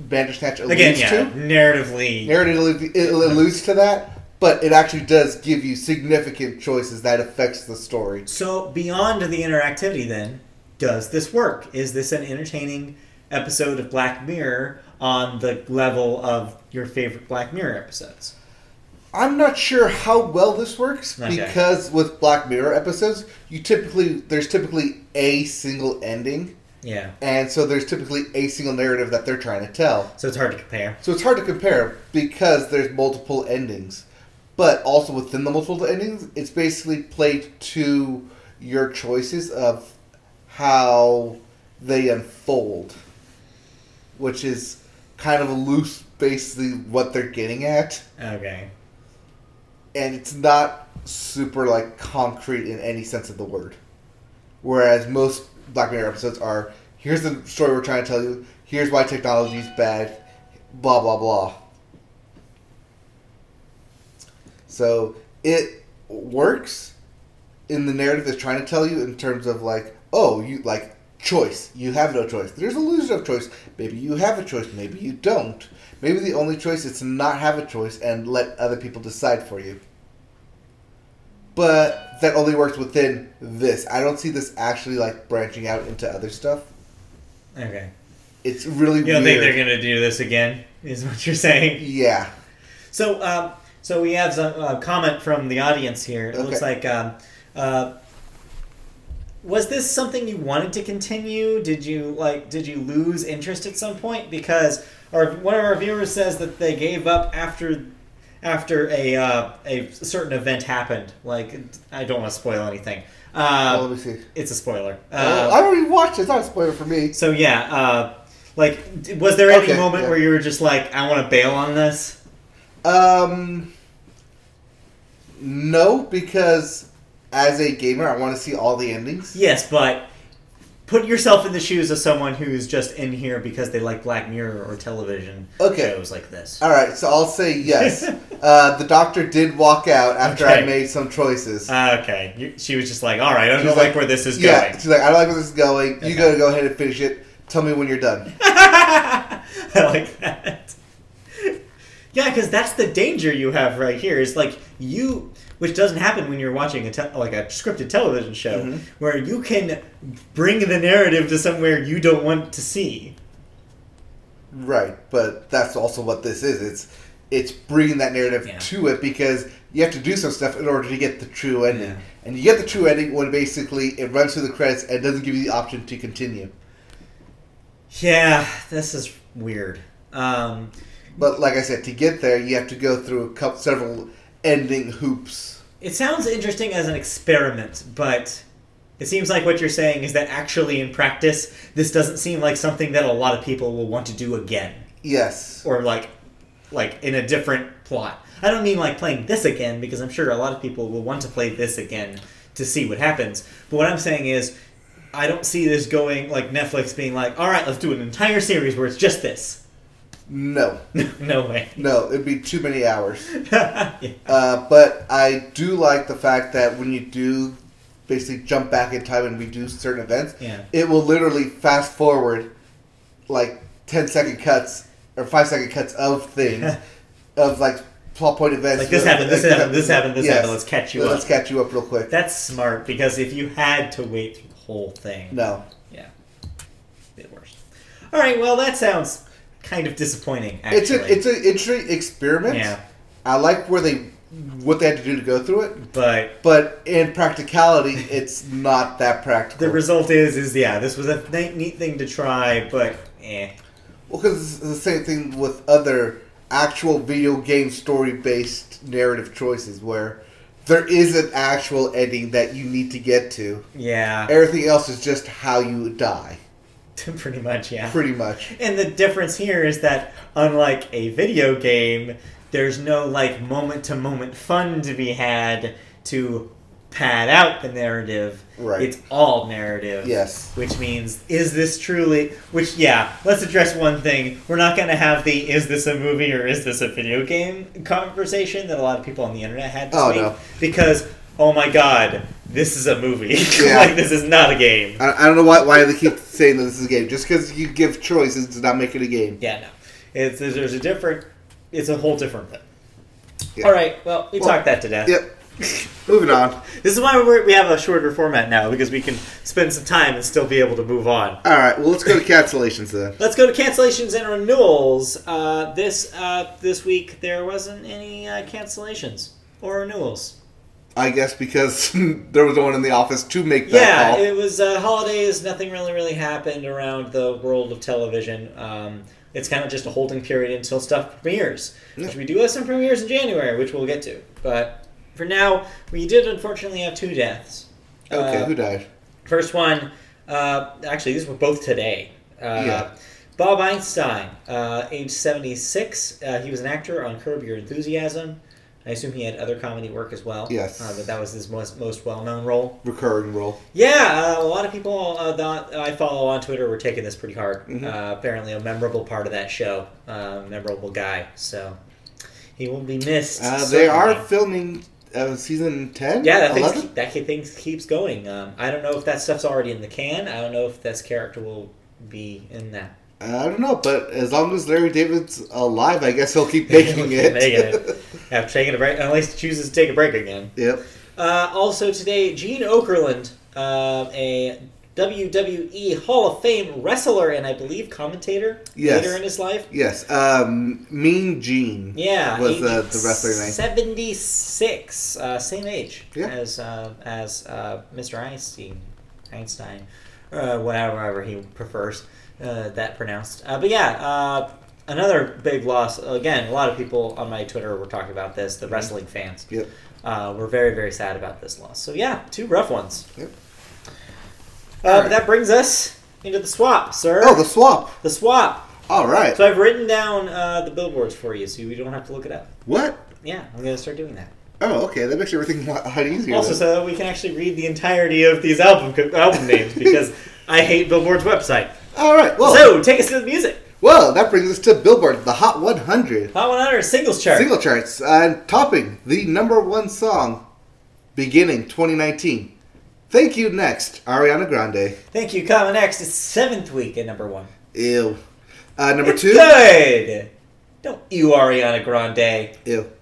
Speaker 2: Bandersnatch alludes
Speaker 1: Again, yeah,
Speaker 2: to.
Speaker 1: narratively.
Speaker 2: narrative it alludes to that, but it actually does give you significant choices that affects the story.
Speaker 1: So beyond the interactivity, then, does this work? Is this an entertaining episode of Black Mirror on the level of your favorite Black Mirror episodes?
Speaker 2: I'm not sure how well this works
Speaker 1: Okay.
Speaker 2: because with Black Mirror episodes, you typically there's typically a single ending,
Speaker 1: Yeah.
Speaker 2: and so there's typically a single narrative that they're trying to tell.
Speaker 1: So it's hard to compare.
Speaker 2: So it's hard to compare because there's multiple endings. But also within the multiple endings, it's basically played to your choices of how they unfold, which is kind of a loose, basically what they're getting at,
Speaker 1: Okay.
Speaker 2: and it's not super like concrete in any sense of the word. Whereas most Black Mirror episodes are, here's the story we're trying to tell you, here's why technology is bad, blah blah blah. So it works in the narrative that's trying to tell you in terms of like, oh, you like choice. You have no choice. There's illusion of choice. Maybe you have a choice. Maybe you don't. Maybe the only choice is to not have a choice and let other people decide for you. But that only works within this. I don't see this actually like branching out into other stuff.
Speaker 1: Okay.
Speaker 2: It's really
Speaker 1: You don't think
Speaker 2: weird.
Speaker 1: they're gonna do this again? Is what you're saying?
Speaker 2: yeah.
Speaker 1: So, um, so we have some uh, comment from the audience here. It looks
Speaker 2: Okay.
Speaker 1: like, um, uh, was this something you wanted to continue? Did you like? Did you lose interest at some point? Because, or one of our viewers says that they gave up after, after a uh, a certain event happened. Like, I don't want to spoil anything.
Speaker 2: Well,
Speaker 1: Uh,
Speaker 2: let me see.
Speaker 1: it's a spoiler.
Speaker 2: Oh,
Speaker 1: Uh,
Speaker 2: I already watched it. It's not a spoiler for me.
Speaker 1: so yeah, uh, like, d- was there any
Speaker 2: Okay,
Speaker 1: moment
Speaker 2: yeah.
Speaker 1: where you were just like, I want to bail on this?
Speaker 2: Um, no, because as a gamer, I want to see all the endings.
Speaker 1: Yes, but put yourself in the shoes of someone who's just in here because they like Black Mirror or television
Speaker 2: Okay.
Speaker 1: shows like this.
Speaker 2: All right, so I'll say
Speaker 1: <laughs>
Speaker 2: yes. uh, the doctor did walk out after I
Speaker 1: Okay.
Speaker 2: made some choices.
Speaker 1: okay, you, she was just like, all right, I don't
Speaker 2: She's
Speaker 1: like,
Speaker 2: like,
Speaker 1: where this is
Speaker 2: yeah,
Speaker 1: going. <laughs>
Speaker 2: she's like, I don't like where this is going.
Speaker 1: Okay.
Speaker 2: You gotta go ahead and finish it. Tell me when
Speaker 1: <laughs>
Speaker 2: you're done.
Speaker 1: I like that. Yeah, because that's the danger you have right here. Is like you, which doesn't happen when you're watching a te- like a scripted television show,
Speaker 2: Mhm.
Speaker 1: where you can bring the narrative to somewhere you don't want to see.
Speaker 2: right, but that's also what this is. It's it's bringing that narrative
Speaker 1: Yeah.
Speaker 2: to it because you have to do some stuff in order to get the true ending.
Speaker 1: Yeah.
Speaker 2: And you get the true ending when basically it runs through the credits and doesn't give you the option to continue.
Speaker 1: Yeah, this is weird. Um,
Speaker 2: But like I said, to get there, you have to go through a couple, several ending hoops.
Speaker 1: It sounds interesting as an experiment, but it seems like what you're saying is that actually in practice, this doesn't seem like something that a lot of people will want to do again,
Speaker 2: Yes.
Speaker 1: or like, like in a different plot. I don't mean like playing this again because I'm sure a lot of people will want to play this again to see what happens. But what I'm saying is, I don't see this going like Netflix being like, all right, let's do an entire series where it's just this. <laughs>
Speaker 2: No.
Speaker 1: no way. <laughs>
Speaker 2: No, it'd be too many hours.
Speaker 1: Yeah.
Speaker 2: Uh, but I do like the fact that when you do basically jump back in time and redo certain events,
Speaker 1: Yeah.
Speaker 2: it will literally fast forward like 10 second cuts or 5 second cuts of
Speaker 1: <laughs>
Speaker 2: things, of like plot point events.
Speaker 1: Like this happened, this happened, this happened, this happened. Let's catch you
Speaker 2: Let's
Speaker 1: up.
Speaker 2: catch you up real quick.
Speaker 1: That's smart because if you had to wait through the whole thing,
Speaker 2: No.
Speaker 1: yeah, bit worse. All right, well that sounds kind of disappointing. Actually,
Speaker 2: It's, a, it's an interesting experiment.
Speaker 1: yeah,
Speaker 2: I like where they what they had to do to go through it,
Speaker 1: but
Speaker 2: but in practicality, it's not that practical.
Speaker 1: the result is is yeah, this was a th- neat thing to try, but eh.
Speaker 2: well, because it's the same thing with other actual video game story based narrative choices where there is an actual ending that you need to get to.
Speaker 1: yeah, <laughs>
Speaker 2: Everything else is just how you die,
Speaker 1: pretty much yeah.
Speaker 2: pretty much.
Speaker 1: And the difference here is that unlike a video game, there's no like moment to moment fun to be had to pad out the narrative.
Speaker 2: Right.
Speaker 1: It's all narrative.
Speaker 2: Yes.
Speaker 1: Which means is this truly which yeah, let's address one thing. We're not going to have the is this a movie or is this a video game conversation that a lot of people on the internet had this
Speaker 2: Oh,
Speaker 1: week
Speaker 2: no.
Speaker 1: because oh my god, this is a movie. <laughs>
Speaker 2: Yeah.
Speaker 1: like this is not a game.
Speaker 2: I, I don't know why, why they keep saying that this is a game. Just because you give choices does not make it a game.
Speaker 1: Yeah, no. It's there's a different. It's a whole different thing.
Speaker 2: Yeah.
Speaker 1: All right. Well, we
Speaker 2: Well,
Speaker 1: talked that to death.
Speaker 2: Yep. <laughs> Moving on.
Speaker 1: This is why we're, we have a shorter format now because we can spend some time and still be able to move on.
Speaker 2: All right. Well, let's go to cancellations then.
Speaker 1: Let's go to cancellations and renewals. Uh, this uh, this week there wasn't any uh, cancellations or renewals.
Speaker 2: I guess because <laughs> there was no one in the office to make that
Speaker 1: yeah,
Speaker 2: call.
Speaker 1: it was uh, holidays. Nothing really, really happened around the world of television. Um, it's kind of just a holding period until stuff premieres, which we do have some premieres in January, which we'll get to. But for now, we did unfortunately have two deaths.
Speaker 2: Okay,
Speaker 1: Uh,
Speaker 2: who died?
Speaker 1: First one, uh, actually, these were both today. Uh,
Speaker 2: Yeah.
Speaker 1: Bob Einstein, uh, age 76. Uh, he was an actor on Curb Your Enthusiasm. I assume he had other comedy work as well.
Speaker 2: Yes.
Speaker 1: Uh, but that was his most, most well known role.
Speaker 2: Recurring role.
Speaker 1: Yeah, uh, a lot of people uh, that I follow on Twitter were taking this pretty hard.
Speaker 2: Mhm.
Speaker 1: Uh, apparently, a memorable part of that show, uh, memorable guy. So he will be missed.
Speaker 2: Uh, they are
Speaker 1: certainly.
Speaker 2: filming uh, season 10?
Speaker 1: Yeah, that, thing's,
Speaker 2: 11?
Speaker 1: keep- that kid things keeps going. Um, I don't know if that stuff's already in the can. I don't know if this character will be in that.
Speaker 2: Uh, I don't know, but as long as Larry David's alive, I guess he'll
Speaker 1: <laughs>
Speaker 2: keep
Speaker 1: He'll
Speaker 2: <laughs> making
Speaker 1: keep
Speaker 2: it.
Speaker 1: making After taking a break, unless he chooses to take a break again.
Speaker 2: <laughs> yep.
Speaker 1: Uh, also today, Gene Okerlund, uh, a WWE Hall of Fame wrestler and I believe commentator
Speaker 2: Yes.
Speaker 1: later in his life.
Speaker 2: Yes. Um, mean Gene.
Speaker 1: Yeah,
Speaker 2: Was
Speaker 1: age
Speaker 2: uh, the wrestler name.
Speaker 1: Seventy six, uh, same age
Speaker 2: Yeah.
Speaker 1: as uh, as uh, Mr. Einstein, Einstein, uh, whatever however he prefers uh, that pronounced. Uh, but yeah, uh, another big loss. Again, a lot of people on my Twitter were talking about this. The wrestling fans
Speaker 2: Mm-hmm. Yep.
Speaker 1: uh, were very very sad about this loss. So yeah, two rough ones.
Speaker 2: Yep.
Speaker 1: Uh,
Speaker 2: All
Speaker 1: But
Speaker 2: right.
Speaker 1: that brings us into the swap, sir.
Speaker 2: Oh, the swap.
Speaker 1: the swap.
Speaker 2: All right.
Speaker 1: So I've written down uh, the billboards for you, so you don't have to look it up.
Speaker 2: what?
Speaker 1: Yeah, I'm gonna start doing that.
Speaker 2: Oh, okay. That makes everything <laughs> a lot a lot easier.
Speaker 1: Also,
Speaker 2: then.
Speaker 1: so that we can actually read the entirety of these album co- album names
Speaker 2: <laughs>
Speaker 1: because I hate Billboard's website.
Speaker 2: All right. Well,
Speaker 1: So take us to the music.
Speaker 2: well, that brings us to Billboard, the Hot 100
Speaker 1: Hot 100 singles chart.
Speaker 2: single charts, and topping the number one song, beginning 2019. Thank you. Next, Ariana Grande.
Speaker 1: Thank you, Common X. It's seventh week at number one.
Speaker 2: Ew. Uh, number
Speaker 1: It's
Speaker 2: two.
Speaker 1: Good. Don't you, Ariana Grande?
Speaker 2: Ew.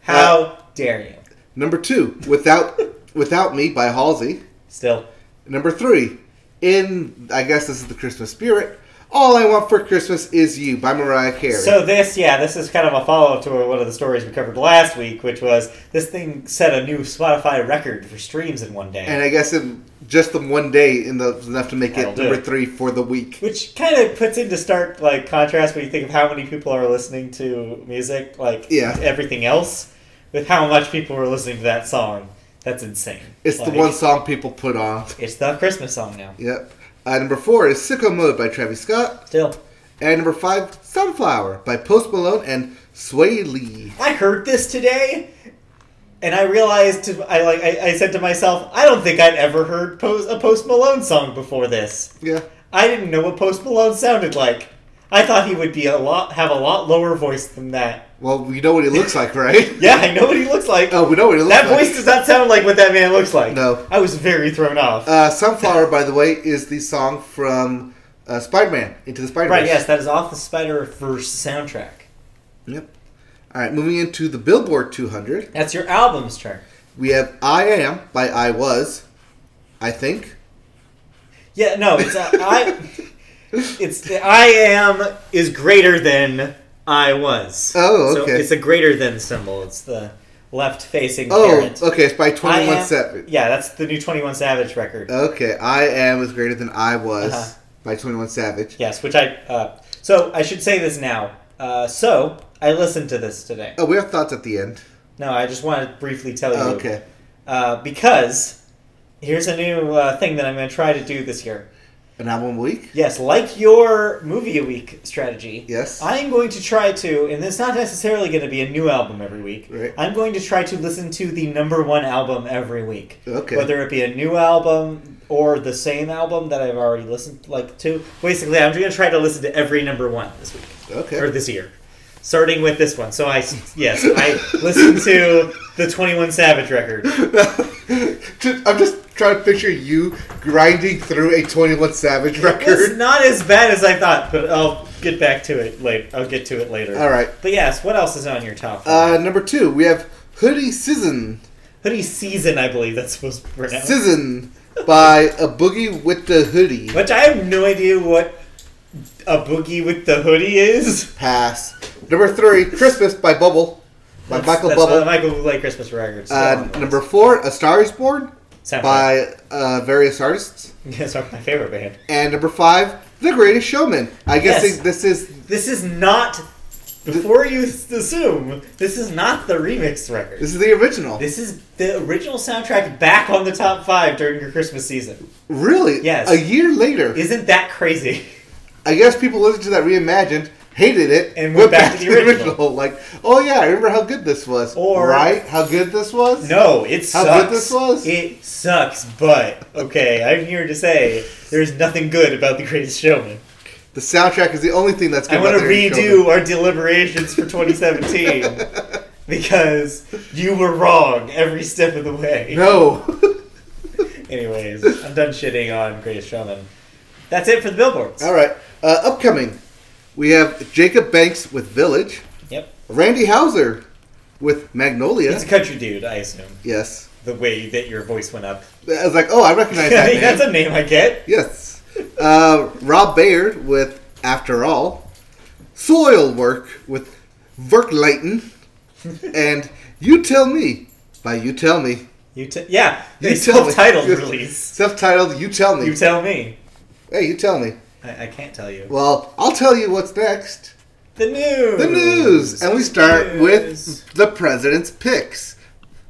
Speaker 1: How
Speaker 2: Uh,
Speaker 1: dare you?
Speaker 2: Number two, without without me by Halsey.
Speaker 1: Still,
Speaker 2: Number three, in I guess this is the Christmas spirit. All I want for Christmas is you by Mariah Carey.
Speaker 1: So this, yeah, this is kind of a follow-up to one of the stories we covered last week, which was this thing set a new Spotify record for streams in one day,
Speaker 2: and I guess in just the one day in the enough to make
Speaker 1: That'll
Speaker 2: it
Speaker 1: do
Speaker 2: number
Speaker 1: it.
Speaker 2: three for the week.
Speaker 1: which kind of puts into stark like contrast when you think of how many people are listening to music, like
Speaker 2: Yeah.
Speaker 1: everything else, with how much people were listening to that song. That's insane.
Speaker 2: It's the
Speaker 1: Like,
Speaker 2: one song people put on.
Speaker 1: It's the Christmas song now.
Speaker 2: Yep. Uh, number four is Sicko Mode by Travis Scott.
Speaker 1: Still,
Speaker 2: And number five, Sunflower by Post Malone and Sway Lee.
Speaker 1: I heard this today, and I realized to, I like I, I said to myself, I don't think I'd ever heard post, a Post Malone song before this.
Speaker 2: Yeah.
Speaker 1: I didn't know what Post Malone sounded like. I thought he would be a lot have a lot lower voice than that.
Speaker 2: Well, we know what he looks like, right?
Speaker 1: <laughs> Yeah, I know what he looks like.
Speaker 2: <laughs> Oh, we know what he looks
Speaker 1: that
Speaker 2: like.
Speaker 1: voice does not sound like what that man looks like.
Speaker 2: No.
Speaker 1: I was very thrown off.
Speaker 2: Uh, Sunflower, by the way, is the song from uh, Spider-Man Into the Spider-Verse.
Speaker 1: right, yes, that is off the Spider Verse soundtrack.
Speaker 2: Yep. All right, moving into the Billboard 200,
Speaker 1: That's your albums chart.
Speaker 2: we have "I Am" by I Was, I think.
Speaker 1: Yeah, no, it's uh, I. <laughs> It's the I am is greater than I was.
Speaker 2: <laughs> Oh,
Speaker 1: So
Speaker 2: okay.
Speaker 1: it's a greater than symbol. It's the left facing
Speaker 2: Oh,
Speaker 1: parent.
Speaker 2: okay, it's by
Speaker 1: I
Speaker 2: Twenty One
Speaker 1: Am-
Speaker 2: Savage.
Speaker 1: Yeah, that's the new Twenty One Savage record.
Speaker 2: Okay, "I Am" is greater than "I Was"
Speaker 1: Uh-huh.
Speaker 2: by Twenty One Savage.
Speaker 1: Yes, which I. Uh, so I should say this now. Uh, so I listened to this today.
Speaker 2: Oh, we have thoughts at the end.
Speaker 1: No, I just want to briefly tell you.
Speaker 2: Oh, okay.
Speaker 1: Uh, because here's a new uh, thing that I'm going to try to do this year.
Speaker 2: An album a week.
Speaker 1: Yes, like your movie a week strategy.
Speaker 2: Yes.
Speaker 1: I'm going to try to, and it's not necessarily going to be a new album every week.
Speaker 2: Right.
Speaker 1: I'm going to try to listen to the number one album every week.
Speaker 2: Okay.
Speaker 1: Whether it be a new album or the same album that I've already listened like to. Basically, I'm going to try to listen to every number one this week or
Speaker 2: Okay.
Speaker 1: this year, starting with this one. So I yes, I listened to the Twenty One Savage record.
Speaker 2: <laughs> Just- I'm just trying to picture you grinding through a Twenty One Savage
Speaker 1: It's
Speaker 2: record.
Speaker 1: not as bad as I thought, but I'll get back to it later. I'll get to it later.
Speaker 2: All right.
Speaker 1: But yes, what else is on your top? five?
Speaker 2: Uh, number two, we have Hoodie Season.
Speaker 1: Hoodie season, I believe that's supposed to be pronounced.
Speaker 2: Season by A Boogie with the Hoodie.
Speaker 1: Which I have no idea what a boogie with the hoodie is.
Speaker 2: Pass. Number three, Christmas by Bubble. By
Speaker 1: That's-
Speaker 2: Michael
Speaker 1: that's
Speaker 2: Bubble.
Speaker 1: the Michael Bublé Christmas records.
Speaker 2: uh, number four, A Star is Born
Speaker 1: Soundtrack.
Speaker 2: by uh, various artists.
Speaker 1: <laughs> Yes, are my favorite band.
Speaker 2: And number five, The Greatest Showman. I guess
Speaker 1: Yes.
Speaker 2: this is
Speaker 1: This is not Before you s- assume, this is not the remix record.
Speaker 2: This is the original.
Speaker 1: This is the original soundtrack back on the top five during your Christmas season.
Speaker 2: really?
Speaker 1: Yes.
Speaker 2: A year later.
Speaker 1: Isn't that crazy? <laughs>
Speaker 2: I guess people listened to that reimagined, hated it,
Speaker 1: And went back to the original.
Speaker 2: Like, oh yeah, I remember how good this was.
Speaker 1: Or-
Speaker 2: right? How good this was?
Speaker 1: No, it
Speaker 2: How
Speaker 1: sucks.
Speaker 2: good this was?
Speaker 1: It sucks, but okay, I'm here to say there's nothing good about The Greatest Showman.
Speaker 2: The soundtrack is the only thing that's good.
Speaker 1: I want to
Speaker 2: about the original.
Speaker 1: redo our deliberations for
Speaker 2: <laughs>
Speaker 1: 2017 because you were wrong every step of the way.
Speaker 2: No. <laughs>
Speaker 1: Anyways, I'm done shitting on Greatest Showman. That's it for the billboards.
Speaker 2: All right. Uh, upcoming, we have Jacob Banks with Village,
Speaker 1: Yep.
Speaker 2: Randy Hauser with Magnolia.
Speaker 1: He's a country dude, I assume.
Speaker 2: yes.
Speaker 1: The way that your voice went up.
Speaker 2: I was like, oh,
Speaker 1: <laughs>
Speaker 2: I recognize that name.
Speaker 1: That's a name I get.
Speaker 2: Yes. Uh, Rob Baird with After All, Soil Work with Verkleiten, and You Tell Me by You Tell Me.
Speaker 1: You t- yeah,
Speaker 2: You
Speaker 1: they
Speaker 2: Tell Me. <laughs>
Speaker 1: self-titled
Speaker 2: Yes.
Speaker 1: release.
Speaker 2: Self-titled You Tell Me.
Speaker 1: You tell me.
Speaker 2: hey, you tell me.
Speaker 1: I, I can't tell you.
Speaker 2: Well, I'll tell you what's next.
Speaker 1: The news.
Speaker 2: The news, and we start with the president's picks.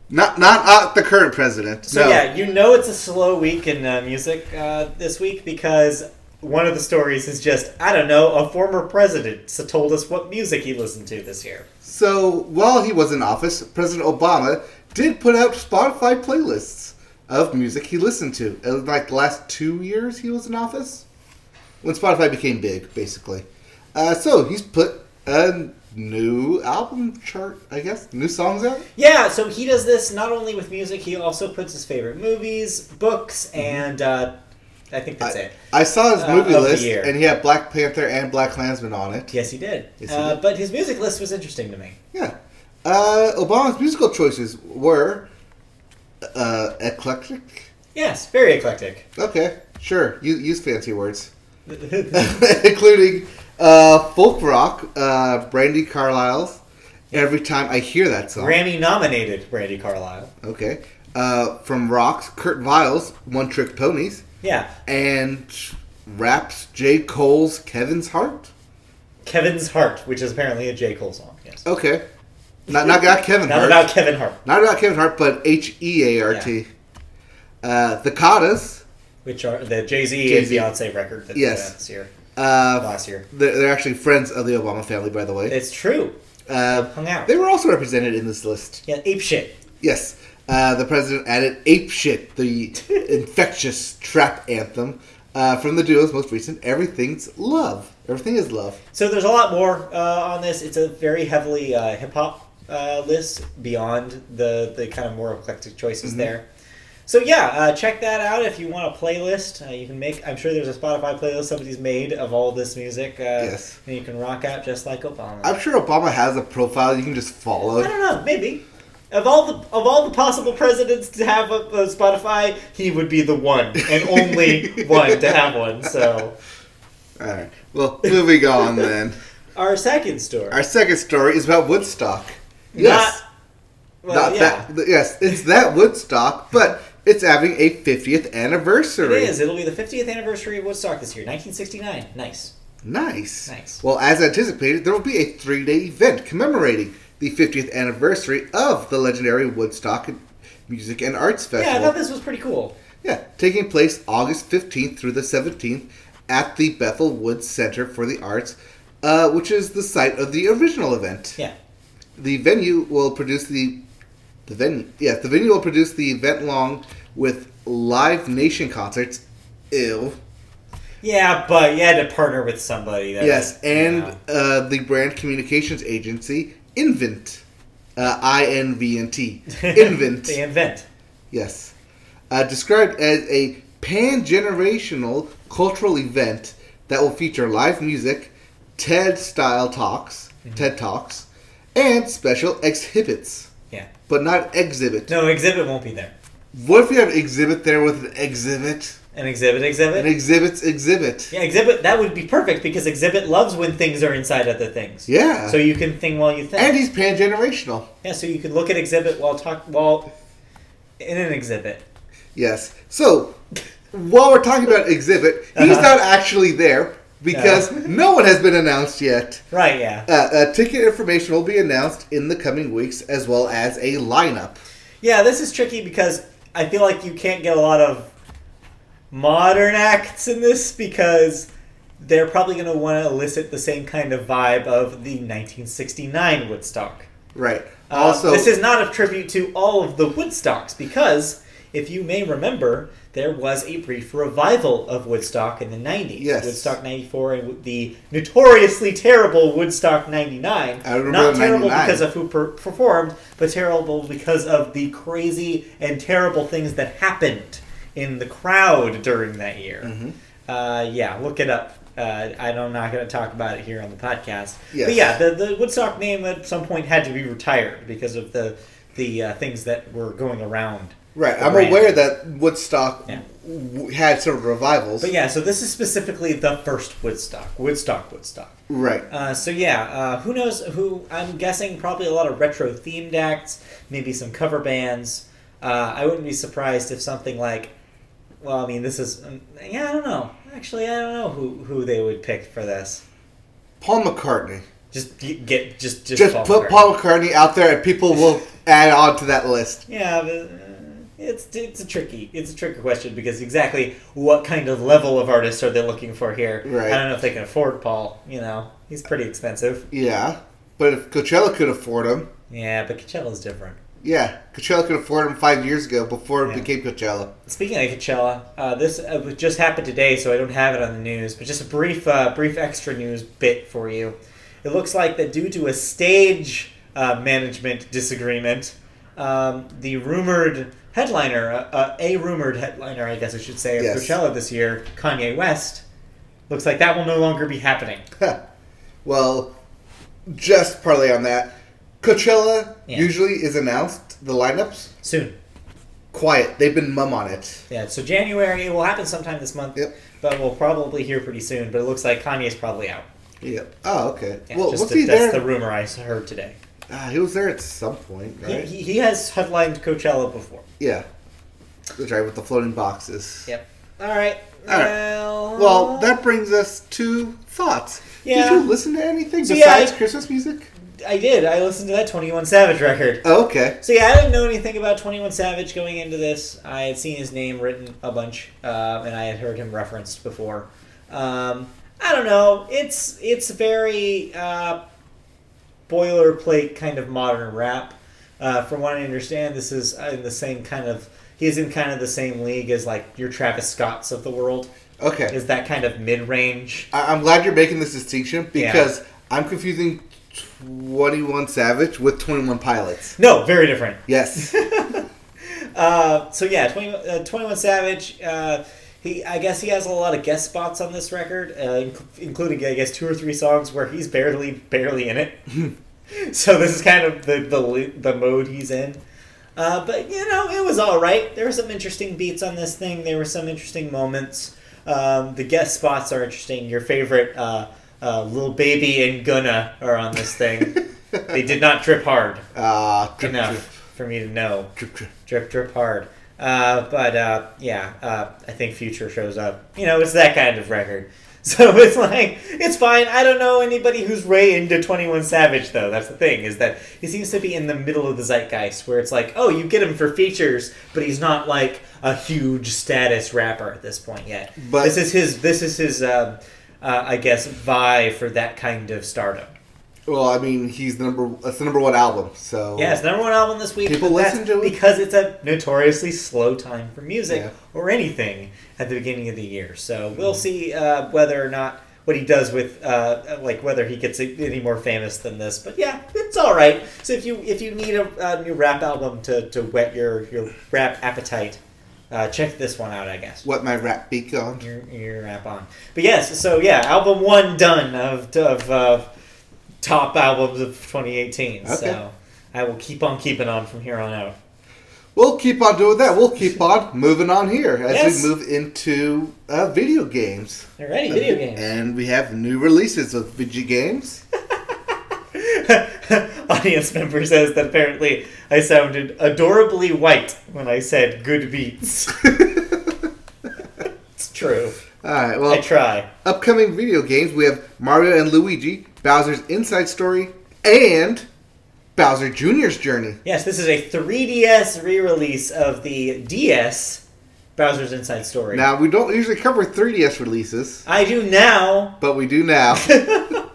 Speaker 2: Not not uh, the current president.
Speaker 1: So
Speaker 2: no.
Speaker 1: yeah, you know it's a slow week in uh, music uh, this week because one of the stories is just I don't know a former president s- told us what music he listened to this year.
Speaker 2: So while he was in office, President Obama did put out Spotify playlists of music he listened to. In like the last two years he was in office, when Spotify became big, basically. Uh, so he's put a new album chart, I guess, new songs out.
Speaker 1: Yeah, so he does this not only with music, he also puts his favorite movies, books, and uh, I think that's
Speaker 2: Mm-hmm. I,
Speaker 1: it.
Speaker 2: I saw his
Speaker 1: Uh,
Speaker 2: movie
Speaker 1: of the
Speaker 2: list,
Speaker 1: year.
Speaker 2: and he had Black Panther and Black Klansman on it.
Speaker 1: Yes, he did.
Speaker 2: Yes, he
Speaker 1: uh,
Speaker 2: did.
Speaker 1: But his music list was interesting to me.
Speaker 2: Yeah. Uh, Obama's musical choices were uh, eclectic.
Speaker 1: Yes, very eclectic.
Speaker 2: Okay, sure. You use fancy words,
Speaker 1: <laughs>
Speaker 2: <laughs> including uh, folk rock. Uh, Brandy Carlisle's "Every Time I Hear That Song."
Speaker 1: Grammy nominated Brandy Carlisle.
Speaker 2: okay. Uh, from rocks, Kurt Vile's "One Trick Ponies"
Speaker 1: Yeah,
Speaker 2: and raps J. Cole's "Kevin's Heart."
Speaker 1: Kevin's Heart, which is apparently a J Cole song. Yes,
Speaker 2: Okay, not not got Kevin
Speaker 1: not
Speaker 2: Hart.
Speaker 1: about Kevin Hart,
Speaker 2: not about Kevin Hart, but H E A R T. Uh, the Kadas.
Speaker 1: which are the Jay Z and
Speaker 2: Jay-Z.
Speaker 1: Beyonce record that came
Speaker 2: Yes.
Speaker 1: out this year,
Speaker 2: Uh,
Speaker 1: last year.
Speaker 2: they're, they're actually friends of the Obama family, by the way.
Speaker 1: It's true.
Speaker 2: Uh,
Speaker 1: Hung out.
Speaker 2: they were also represented in this list.
Speaker 1: Yeah, ape shit.
Speaker 2: Yes, uh, the president added "Ape
Speaker 1: <laughs>
Speaker 2: Shit," the infectious trap anthem uh, from the duo's most recent "Everything's Love." Everything is love.
Speaker 1: So there's a lot more uh, on this. It's a very heavily uh, hip hop uh, list beyond the the kind of more eclectic choices
Speaker 2: Mm-hmm.
Speaker 1: there. So yeah, uh, check that out if you want a playlist. Uh, you can make. I'm sure there's a Spotify playlist somebody's made of all this music. Uh,
Speaker 2: Yes.
Speaker 1: And you can rock out just like Obama.
Speaker 2: I'm sure Obama has a profile you can just
Speaker 1: I
Speaker 2: follow.
Speaker 1: don't know. Maybe. Of all the of all the possible presidents to have a, a Spotify, he would be the one and only
Speaker 2: <laughs>
Speaker 1: one to have one. So
Speaker 2: All right. Well, moving on then.
Speaker 1: our second story.
Speaker 2: Our second story is about Woodstock.
Speaker 1: Not-
Speaker 2: Yes,
Speaker 1: well,
Speaker 2: not
Speaker 1: yeah.
Speaker 2: that. Yes, it's that Woodstock, but it's having a 50th
Speaker 1: It
Speaker 2: anniversary.
Speaker 1: is. It'll be the 50th anniversary of Woodstock this year, 1969. Nice.
Speaker 2: Nice.
Speaker 1: Nice.
Speaker 2: Well, as anticipated, there will be a three day event commemorating the 50th anniversary of the legendary Woodstock Music and Arts
Speaker 1: Yeah, I
Speaker 2: Festival.
Speaker 1: thought this was pretty cool.
Speaker 2: Yeah, taking place August 15th through the 17th at the Bethel Woods Center for the Arts, uh, which is the site of the original event.
Speaker 1: Yeah.
Speaker 2: The venue will produce the the venue. Yes, the venue will produce the event long with live nation concerts. Ew.
Speaker 1: Yeah, but you had to partner with somebody. That
Speaker 2: Yes,
Speaker 1: was, you
Speaker 2: and
Speaker 1: know.
Speaker 2: uh, the brand communications agency, Invent. Uh, I N V N T. <laughs> Invent.
Speaker 1: they invent.
Speaker 2: yes. Uh, described as a pan generational cultural event that will feature live music, TED style talks, TED Talks, and special exhibits.
Speaker 1: Yeah.
Speaker 2: But not exhibit.
Speaker 1: No, exhibit won't be there.
Speaker 2: What if you have exhibit there with an exhibit?
Speaker 1: An exhibit, exhibit. <laughs>
Speaker 2: An exhibit's exhibit.
Speaker 1: yeah, exhibit. That would be perfect because exhibit loves when things are inside other things.
Speaker 2: Yeah.
Speaker 1: So you can think while you think.
Speaker 2: and he's pan generational.
Speaker 1: yeah, so you can look at exhibit while talk while in an exhibit.
Speaker 2: Yes. So, while we're talking about Exhibit, he's
Speaker 1: Uh-huh.
Speaker 2: not actually there, because no one has been announced yet.
Speaker 1: Right, yeah.
Speaker 2: Uh, uh, ticket information will be announced in the coming weeks, as well as a lineup.
Speaker 1: Yeah, this is tricky because I feel like you can't get a lot of modern acts in this because they're probably going to want to elicit the same kind of vibe of the 1969 Woodstock.
Speaker 2: Right.
Speaker 1: Uh,
Speaker 2: also,
Speaker 1: this is not a tribute to all of the Woodstocks because, if you may remember, there was a brief revival of Woodstock in the 90s.
Speaker 2: Yes.
Speaker 1: Woodstock 94 and the notoriously terrible Woodstock 99.
Speaker 2: I remember
Speaker 1: not terrible
Speaker 2: 99.
Speaker 1: because of who per- performed, but terrible because of the crazy and terrible things that happened in the crowd during that year.
Speaker 2: Mm-hmm.
Speaker 1: Uh, yeah, look it up. Uh, I don't- I'm not going to talk about it here on the podcast.
Speaker 2: Yes.
Speaker 1: But yeah, the, the Woodstock name at some point had to be retired because of the the uh, things that were going around.
Speaker 2: right.
Speaker 1: the
Speaker 2: I'm
Speaker 1: brand.
Speaker 2: aware that Woodstock
Speaker 1: Yeah.
Speaker 2: w- had some revivals.
Speaker 1: But yeah, so this is specifically the first Woodstock, Woodstock, Woodstock.
Speaker 2: Right.
Speaker 1: Uh, so yeah, uh, who knows? Who I'm guessing probably a lot of retro themed acts, maybe some cover bands. Uh, I wouldn't be surprised if something like, well, I mean, this is um, yeah, I don't know. Actually, I don't know who who they would pick for this.
Speaker 2: Paul McCartney.
Speaker 1: Just g- get just just,
Speaker 2: Just
Speaker 1: Paul
Speaker 2: put
Speaker 1: McCartney.
Speaker 2: Paul McCartney out there, and
Speaker 1: <laughs>
Speaker 2: people will add on to that list.
Speaker 1: Yeah, but, uh, it's it's a tricky it's a tricky question because exactly what kind of level of artists are they looking for here?
Speaker 2: Right.
Speaker 1: I don't know if they can afford Paul. You know, he's pretty expensive.
Speaker 2: Yeah. But if Coachella could afford him,
Speaker 1: Yeah, but Coachella's different.
Speaker 2: yeah, Coachella could afford him five years ago before it
Speaker 1: Yeah.
Speaker 2: became Coachella.
Speaker 1: Speaking of Coachella, uh, this uh, just happened today, so I don't have it on the news. But just a brief, uh, brief extra news bit for you. It looks like that due to a stage uh, management disagreement, um, the rumored headliner, uh, uh, a rumored headliner, I guess I should say, of
Speaker 2: Yes.
Speaker 1: Coachella this year, Kanye West, looks like that will no longer be happening.
Speaker 2: Huh. well, just partly on that, Coachella
Speaker 1: Yeah.
Speaker 2: usually is announced the lineups
Speaker 1: Soon,
Speaker 2: quiet. They've been mum on it.
Speaker 1: yeah. So January, it will happen sometime this month,
Speaker 2: Yep.
Speaker 1: but we'll probably hear pretty soon. But it looks like Kanye's probably out.
Speaker 2: Yeah. Oh, okay.
Speaker 1: Yeah,
Speaker 2: well,
Speaker 1: just
Speaker 2: was
Speaker 1: that-
Speaker 2: he there?
Speaker 1: that's the rumor I heard today.
Speaker 2: Ah, he was there at some point,
Speaker 1: He,
Speaker 2: right?
Speaker 1: he, he has headlined Coachella before.
Speaker 2: yeah. That's right, with the floating boxes.
Speaker 1: Yep. All right.
Speaker 2: All right.
Speaker 1: Well,
Speaker 2: Well, that brings us to thoughts.
Speaker 1: Yeah.
Speaker 2: Did you listen to anything
Speaker 1: So, yeah,
Speaker 2: besides
Speaker 1: I-
Speaker 2: Christmas music?
Speaker 1: I did. I listened to that Twenty One Savage record.
Speaker 2: Oh, okay.
Speaker 1: So yeah, I didn't know anything about Twenty One Savage going into this. I had seen his name written a bunch, uh, and I had heard him referenced before. Um, I don't know. It's it's very uh, boilerplate kind of modern rap. Uh, from what I understand, this is in the same kind of. He's in kind of the same league as like your Travis Scotts of the world.
Speaker 2: Okay.
Speaker 1: Is that kind of mid range?
Speaker 2: I- I'm glad you're making this distinction
Speaker 1: Yeah.
Speaker 2: because I'm confusing 21 Savage with 21 Pilots.
Speaker 1: No, very different. <laughs>
Speaker 2: Yes.
Speaker 1: Uh, so yeah, 20, uh, 21 Savage. Uh, he, I guess he has a lot of guest spots on this record, uh, inc- including I guess two or three songs where he's barely, barely in it. <laughs> so this is kind of the the li- the mode he's in. Uh, but you know, it was all right. There were some interesting beats on this thing. There were some interesting moments. Um, the guest spots are interesting. Your favorite uh, uh, little baby and Gunna are on this <laughs> thing. they did not trip hard
Speaker 2: Ah, drip,
Speaker 1: enough
Speaker 2: drip,
Speaker 1: for me to know
Speaker 2: drip, drip.
Speaker 1: drip drip hard. Uh, but uh, yeah, uh, I think Future shows up. You know, it's that kind of record. <laughs> So it's like it's fine. I don't know anybody who's way into Twenty One Savage though. That's the thing is that he seems to be in the middle of the zeitgeist where it's like, oh, you get him for features, but he's not like a huge status rapper at this point yet.
Speaker 2: But-
Speaker 1: But this is his this is his um, uh, I guess vie for that kind of stardom.
Speaker 2: Well, I mean, he's the number. That's the number one album. So
Speaker 1: Yeah, it's the number one album this week.
Speaker 2: People
Speaker 1: but that's
Speaker 2: listen to it.
Speaker 1: because it's a notoriously slow time for music
Speaker 2: Yeah. Mm-hmm.
Speaker 1: or anything at the beginning of the year. So we'll see uh, whether or not what he does with uh, like whether he gets any more famous than this. But yeah, it's all right. So if you if you need a, a new rap album to, to whet your your rap appetite, uh, check this one out. I guess
Speaker 2: What my rap beak on?
Speaker 1: your your rap on. But yes, so yeah, album one done of of uh, top albums of 2018.
Speaker 2: Okay.
Speaker 1: So I will keep on keeping on from here on out.
Speaker 2: We'll keep on doing that. We'll keep on moving on here as
Speaker 1: Yes.
Speaker 2: we move into uh, video games.
Speaker 1: Alrighty, <laughs> video games.
Speaker 2: And we have new releases of video
Speaker 1: <laughs>
Speaker 2: games. <laughs>
Speaker 1: Audience member says that apparently I sounded adorably white when I said good beats. <laughs> it's true.
Speaker 2: All right.
Speaker 1: I
Speaker 2: Well,
Speaker 1: try.
Speaker 2: upcoming video games we have Mario and Luigi, Bowser's Inside Story, and Bowser Jr.'s Journey.
Speaker 1: Yes, this is a 3DS re-release of the DS Bowser's Inside Story.
Speaker 2: Now we don't usually cover 3DS releases,
Speaker 1: I do now.
Speaker 2: but we do now.
Speaker 1: <laughs>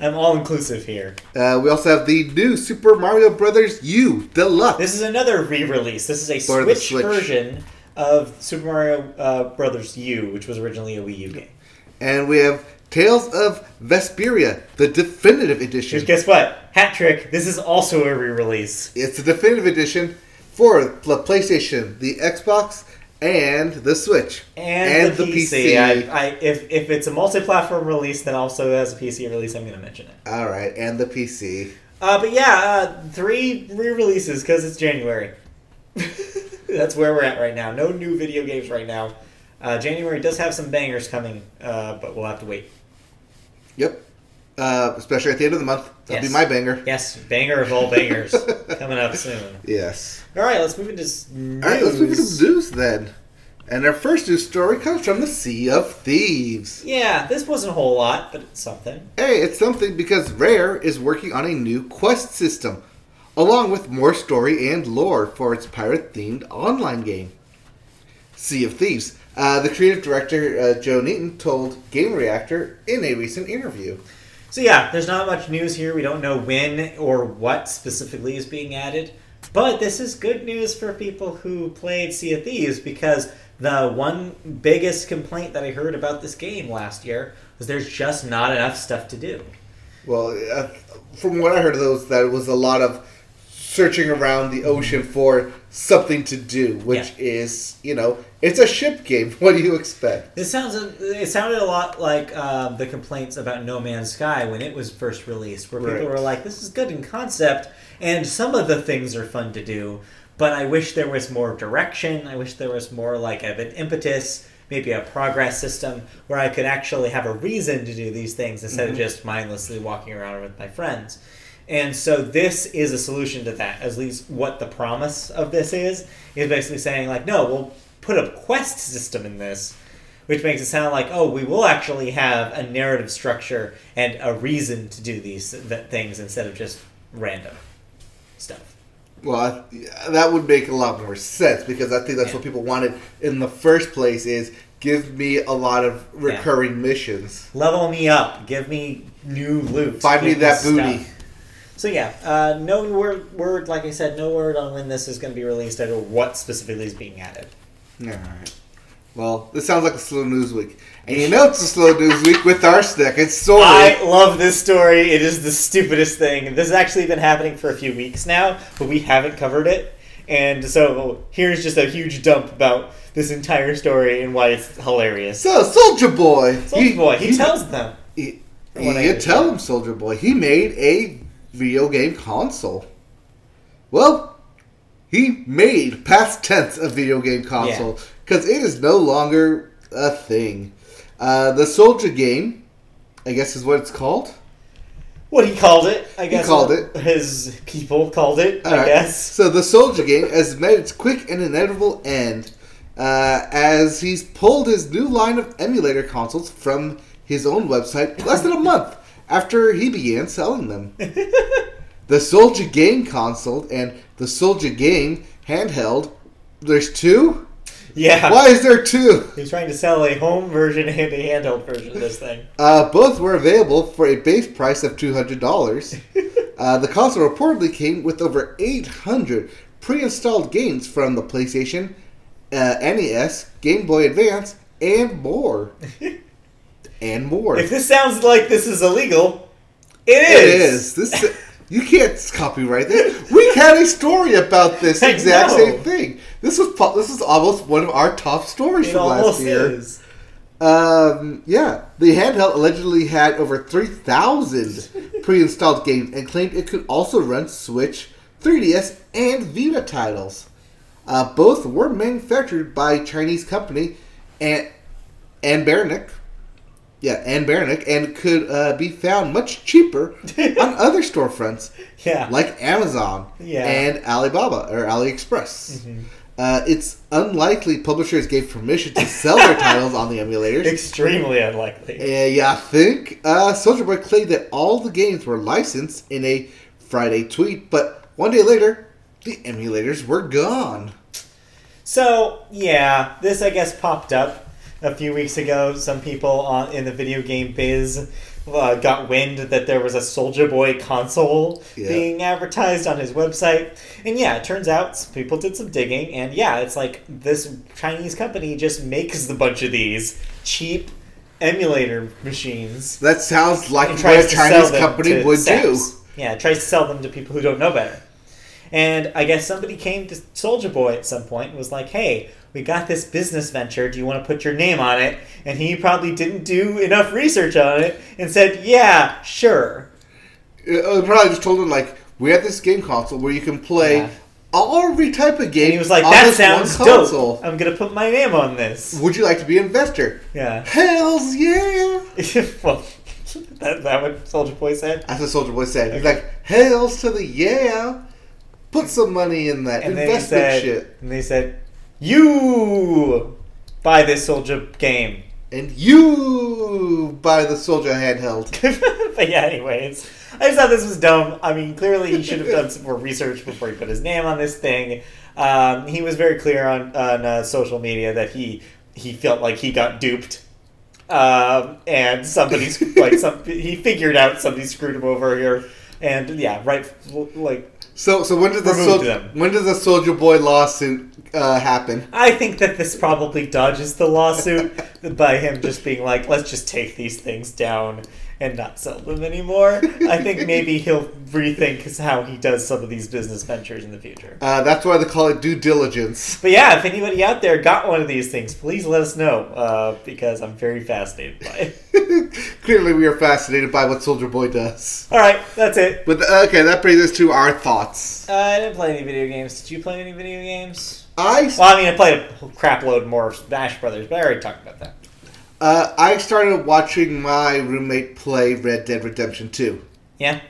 Speaker 1: I'm all inclusive here.
Speaker 2: Uh, we also have the new Super Mario Brothers U Deluxe.
Speaker 1: This is another re-release. This is a
Speaker 2: For the
Speaker 1: Switch,
Speaker 2: Switch.
Speaker 1: version of Super Mario uh, Brothers U, which was originally a Wii U game.
Speaker 2: and we have Tales of Vesperia, the definitive edition.
Speaker 1: Just guess what? Hat trick. This is also a re-release.
Speaker 2: It's the definitive edition for the PlayStation, the Xbox, and the Switch,
Speaker 1: And, the, PC. I, I, if, if it's a multi-platform release, then also as a PC release, I'm going to mention it.
Speaker 2: All right, and the PC.
Speaker 1: Uh, but yeah, uh, three re-releases because it's
Speaker 2: <laughs>
Speaker 1: January. That's where we're at right now. No new video games right now. Uh, January does have some bangers coming, uh, but we'll have to wait.
Speaker 2: Yep. Uh, especially at the end of the month, that'll
Speaker 1: Yes.
Speaker 2: be my banger.
Speaker 1: Yes, banger of all
Speaker 2: <laughs>
Speaker 1: bangers coming up soon.
Speaker 2: Yes.
Speaker 1: All right, let's move into s- news.
Speaker 2: All right, let's move into the news then. And our first news story comes from the Sea of Thieves.
Speaker 1: Yeah, this wasn't a whole lot, but it's something.
Speaker 2: Hey, it's something because Rare is working on a new quest system, along with more story and lore for its pirate themed online game. Sea of Thieves. Uh, the creative director, uh, Joe Neaton, told Game Reactor in a recent interview.
Speaker 1: So yeah, there's not much news here. We don't know when or what specifically is being added, but this is good news for people who played Sea of Thieves because the one biggest complaint that I heard about this game last year was there's just not enough stuff to do.
Speaker 2: Well, uh, from what I heard of those, that it was a lot of searching around the ocean for something to do, which is, you know, it's a ship game. <laughs> What do you expect?
Speaker 1: This sounds it sounded a lot like um, the complaints about No Man's Sky when it was first released, where people
Speaker 2: Right.
Speaker 1: were like, "This is good in concept, and some of the things are fun to do, but I wish there was more direction. I wish there was more like of an impetus, maybe a progress system where I could actually have a reason to do these things instead of just mindlessly walking around with my friends." And so this is a solution to that. At least what the promise of this is is basically saying like, no, we'll put a quest system in this, which makes it sound like oh, we will actually have a narrative structure and a reason to do these th- things instead of just random stuff.
Speaker 2: Well, I- that would make a lot more sense because I think that's what people wanted in the first place. Is give me a lot of recurring missions.
Speaker 1: Level me up. Give me new loot.
Speaker 2: Find me
Speaker 1: give
Speaker 2: that
Speaker 1: stuff.
Speaker 2: booty.
Speaker 1: So yeah, uh, no word, word. Like I said, no word on when this is going to be released or what specifically is being added.
Speaker 2: All right. Well, this sounds like a slow news week, and you know it's a slow news week with our second story.
Speaker 1: I love this story. It is the stupidest thing. This has actually been happening for a few weeks now, but we haven't covered it. And so here's just a huge dump about this entire story and why it's hilarious.
Speaker 2: so, Soldier Boy.
Speaker 1: Soldier Boy, he tells them.
Speaker 2: He,
Speaker 1: What I
Speaker 2: you
Speaker 1: understand.
Speaker 2: tell him, Soldier Boy. He made a video game console. Well, he made past tense a video game console because it is no longer a thing. Uh, the Soldier game, I guess, is what it's called.
Speaker 1: What he called it, I guess.
Speaker 2: called it.
Speaker 1: His people called it, I
Speaker 2: Alright.
Speaker 1: guess. <laughs>
Speaker 2: So the Soldier game has met its quick and inevitable end uh, as he's pulled his new line of emulator consoles from his own website less than a month after he began selling them. the Soldier game console and the Soldier game handheld. There's two.
Speaker 1: Yeah.
Speaker 2: Why is there two?
Speaker 1: He was trying to sell a home version and a handheld version of this thing.
Speaker 2: Uh, both were available for a base price of two hundred dollars. uh, the console reportedly came with over eight hundred pre-installed games from the PlayStation, uh, NES, Game Boy Advance, and more. and more.
Speaker 1: If this sounds like this is illegal, it
Speaker 2: it
Speaker 1: is.
Speaker 2: is this. You can't copyright that. We had a story about
Speaker 1: <laughs>
Speaker 2: this
Speaker 1: I
Speaker 2: exact
Speaker 1: know.
Speaker 2: same thing. This was po- this was almost one of our top stories
Speaker 1: It
Speaker 2: from last
Speaker 1: almost
Speaker 2: year.
Speaker 1: is.
Speaker 2: Um, yeah, the handheld allegedly had over 3,000 pre-installed games and claimed it could also run Switch, 3DS, and Vita titles. Uh, both were manufactured by Chinese company and and Bernick. Yeah, and Bernick, and could uh, be found much cheaper on other storefronts
Speaker 1: Yeah.
Speaker 2: like Amazon
Speaker 1: Yeah.
Speaker 2: and Alibaba or AliExpress. Uh, it's unlikely publishers gave permission to sell their titles on the emulators.
Speaker 1: Extremely unlikely.
Speaker 2: Uh, yeah, I think uh, Soldier Boy claimed that all the games were licensed in a Friday tweet, but one day later, the emulators were gone.
Speaker 1: So yeah, this I guess popped up a few weeks ago. Some people on, in the video game biz uh, got wind that there was a Soldier Boy console
Speaker 2: Yeah.
Speaker 1: being advertised on his website, and yeah, it turns out some people did some digging, and yeah, it's like this Chinese company just makes a bunch of these cheap emulator machines
Speaker 2: That sounds like
Speaker 1: and
Speaker 2: what
Speaker 1: tries
Speaker 2: a
Speaker 1: to sell
Speaker 2: Chinese
Speaker 1: them
Speaker 2: company
Speaker 1: to
Speaker 2: would
Speaker 1: saps.
Speaker 2: do.
Speaker 1: Yeah, it tries to sell them to people who don't know better. And I guess somebody came to Soldier Boy at some point and was like, "Hey, we got this business venture. Do you want to put your name on it?" And he probably didn't do enough research on it and said, "Yeah, sure."
Speaker 2: Uh, They probably just told him, like, we have this game console where you can play
Speaker 1: Yeah.
Speaker 2: every type of game.
Speaker 1: And he was like,
Speaker 2: on
Speaker 1: "That
Speaker 2: this one
Speaker 1: sounds dope. I'm gonna put my name on this."
Speaker 2: Would you like to be an investor?
Speaker 1: Yeah. <laughs>
Speaker 2: Hells yeah!
Speaker 1: well, <laughs> that that what Soldier Boy said.
Speaker 2: That's what Soldier Boy said. He's
Speaker 1: Okay.
Speaker 2: like, hells to the yeah! Put some money in that
Speaker 1: And then he
Speaker 2: investment
Speaker 1: said,
Speaker 2: shit.
Speaker 1: and they said, "You buy this Soldier game."
Speaker 2: And you buy the soldier handheld.
Speaker 1: <laughs> but yeah, anyways, I just thought this was dumb. I mean, clearly he should have done some more research before he put his name on this thing. Um, he was very clear on on uh, social media that he he felt like he got duped, um, and somebody's like some he figured out somebody screwed him over here, and yeah, right like
Speaker 2: So, so when did the
Speaker 1: Removed
Speaker 2: soldier
Speaker 1: them.
Speaker 2: when did the soldier boy lawsuit uh, happen?
Speaker 1: I think that this probably dodges the lawsuit by him just being like, let's just take these things down and not sell them anymore. I think maybe he'll rethink how he does some of these business ventures in the future.
Speaker 2: Uh, that's why they call it due diligence. <laughs>
Speaker 1: But yeah, if anybody out there got one of these things, please let us know uh, because I'm very fascinated by it.
Speaker 2: Clearly, we are fascinated by what Soldier Boy does.
Speaker 1: All right, that's it.
Speaker 2: But uh, okay, that brings us to our thoughts.
Speaker 1: Uh, I didn't play any video games. Did you play any video games?
Speaker 2: I
Speaker 1: Well, I mean, I played a crap load more of Smash Brothers, but I already talked about that.
Speaker 2: uh, I started watching my roommate play Red Dead Redemption Two.
Speaker 1: Yeah?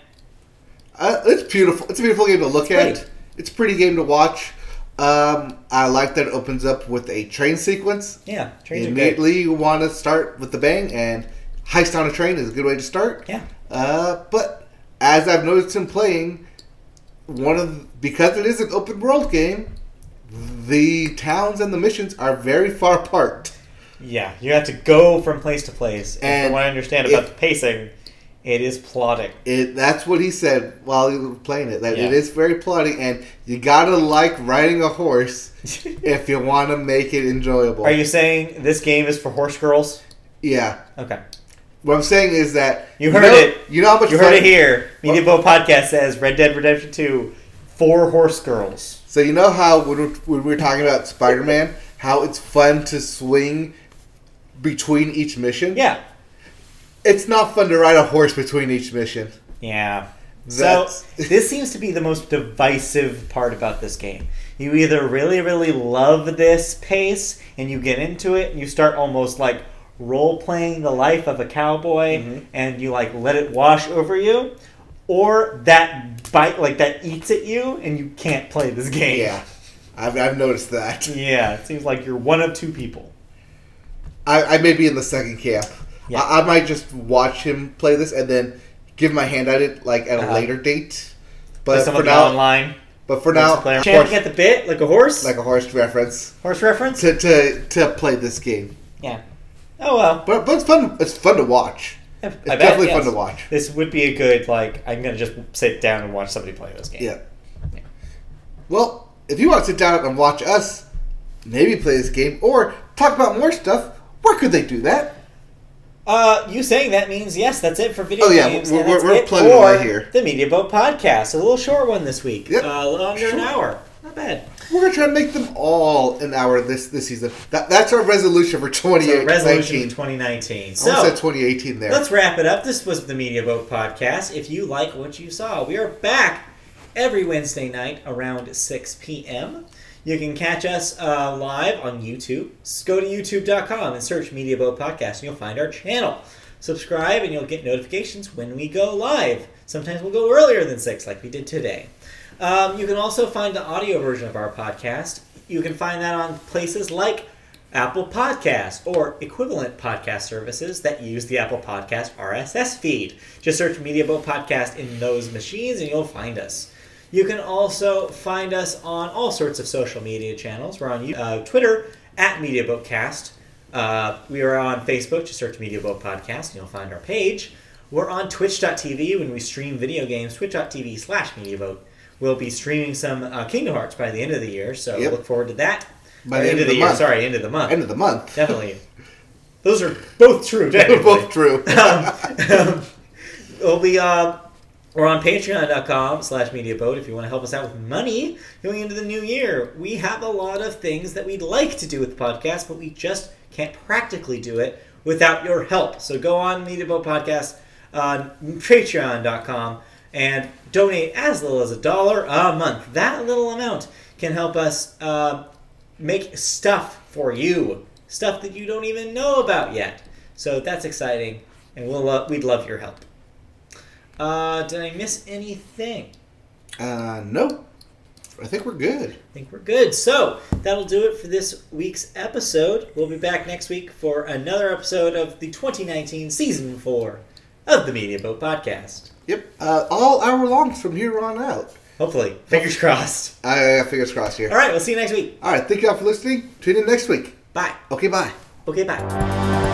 Speaker 2: Uh, it's beautiful. It's a beautiful game to look
Speaker 1: pretty.
Speaker 2: at. It's a pretty game to watch. Um, I like that it opens up with a train sequence.
Speaker 1: Yeah. Trains are good.
Speaker 2: immediately you want to start with the bang and heist on a train is a good way to start
Speaker 1: Yeah.
Speaker 2: uh, but as i've noticed him playing one of because it is an open world game the towns and the missions are very far apart
Speaker 1: Yeah, you have to go from place to place. And,
Speaker 2: And
Speaker 1: from what I understand
Speaker 2: if-
Speaker 1: about the pacing, it is plotting.
Speaker 2: it, that's what he said while he was playing it that
Speaker 1: Yeah.
Speaker 2: it is very plotting and you gotta like riding a horse if you want to make it enjoyable
Speaker 1: <laughs> Are you saying this game is for horse girls?
Speaker 2: yeah
Speaker 1: Okay.
Speaker 2: what i'm saying is that
Speaker 1: You heard
Speaker 2: know-
Speaker 1: it.
Speaker 2: you know how much
Speaker 1: You heard
Speaker 2: fun-
Speaker 1: it here. Media Boat Podcast says Red Dead Redemption 2 for horse girls.
Speaker 2: So you know how when we, when we were talking about Spider Man, how it's fun to swing between each mission.
Speaker 1: Yeah.
Speaker 2: it's not fun to ride a horse between each mission.
Speaker 1: Yeah.
Speaker 2: That's- <laughs>
Speaker 1: So this seems to be the most divisive part about this game. You either really, really love this pace and you get into it and you start almost like role playing the life of a cowboy
Speaker 2: Mm-hmm.
Speaker 1: and you like let it wash over you, or that bite like that eats at you and you can't play this game.
Speaker 2: Yeah, I've, I've noticed that.
Speaker 1: Yeah. It seems like you're one of two people.
Speaker 2: I, I may be in the second camp.
Speaker 1: Yeah.
Speaker 2: I, I might just watch him play this and then give my hand at it like at a
Speaker 1: Uh-huh.
Speaker 2: later date.
Speaker 1: Like
Speaker 2: But for
Speaker 1: somebody
Speaker 2: now,
Speaker 1: online.
Speaker 2: but for now,
Speaker 1: multiplayer.
Speaker 2: horse-
Speaker 1: Chanting at the bit like a horse.
Speaker 2: like a horse reference
Speaker 1: horse reference.
Speaker 2: to, to to play this game.
Speaker 1: Yeah. Oh well.
Speaker 2: But but it's fun. It's fun to watch.
Speaker 1: I
Speaker 2: It's
Speaker 1: bet,
Speaker 2: definitely
Speaker 1: yes.
Speaker 2: fun to watch.
Speaker 1: This would be a good like. I'm gonna just sit down and watch somebody play this game.
Speaker 2: Yeah. Well, if you want to sit down and watch us, maybe play this game or talk about more stuff, where could they do that?
Speaker 1: Uh, you saying that means yes. That's it for video
Speaker 2: Oh, yeah,
Speaker 1: games.
Speaker 2: we're-
Speaker 1: and
Speaker 2: we're-
Speaker 1: that's
Speaker 2: we're
Speaker 1: it
Speaker 2: plugging
Speaker 1: for
Speaker 2: away here.
Speaker 1: The Media Boat podcast, a little short one this week.
Speaker 2: Yep.
Speaker 1: Uh, a little under an
Speaker 2: Sure.
Speaker 1: hour. Not bad.
Speaker 2: We're gonna try to make them all an hour this this season. That, that's our resolution for twenty
Speaker 1: So
Speaker 2: eight
Speaker 1: resolution
Speaker 2: nineteen.
Speaker 1: of 2019.
Speaker 2: I almost
Speaker 1: So
Speaker 2: said twenty eighteen there.
Speaker 1: let's wrap it up. This was the Media Boat podcast. If you like what you saw, we are back every Wednesday night around 6 p.m. You can catch us uh, live on YouTube. Just go to youtube.com and search Media Boat Podcast, and you'll find our channel. Subscribe, and you'll get notifications when we go live. Sometimes we'll go earlier than 6, like we did today. Um, you can also find the audio version of our podcast You can find that on places like Apple Podcasts or equivalent podcast services that use the Apple Podcast RSS feed. Just search Media Boat Podcast in those machines and you'll find us. You can also find us on all sorts of social media channels. We're on uh, Twitter at Media Boat Cast. Uh, we are on Facebook. Just search Media Boat Podcast and you'll find our page. We're on Twitch.tv when we stream video games. Twitch.tv slash Media Boat. We'll be streaming some uh, Kingdom Hearts by the end of the year, so
Speaker 2: Yep.
Speaker 1: look forward to that.
Speaker 2: By
Speaker 1: Or
Speaker 2: the end of the
Speaker 1: year,
Speaker 2: month.
Speaker 1: sorry, end of the month.
Speaker 2: End of the month. <laughs>
Speaker 1: Definitely. Those are both true.
Speaker 2: They're
Speaker 1: Definitely. <laughs>
Speaker 2: both true.
Speaker 1: um, <laughs> we'll be, uh, we're on patreon.com slash mediaboat if you want to help us out with money going into the new year. We have a lot of things that we'd like to do with the podcast, but we just can't practically do it without your help. So go on Mediaboat Podcast on patreon.com and donate as little as a dollar a month. That little amount can help us uh, make stuff for you, stuff that you don't even know about yet. So that's exciting, and we'll lo- we'd love your help. Uh, did I miss anything?
Speaker 2: Uh, no. I think we're good.
Speaker 1: I think we're good. So that'll do it for this week's episode. We'll be back next week for another episode of the 2019 season four of the Media Boat Podcast.
Speaker 2: Yep. Uh, all hour longs from here on out.
Speaker 1: Hopefully, fingers crossed.
Speaker 2: I I got fingers crossed here.
Speaker 1: All right, we'll see you next week.
Speaker 2: All right. Thank you all for listening. Tune in next week.
Speaker 1: Bye.
Speaker 2: Okay, bye.
Speaker 1: Okay, bye.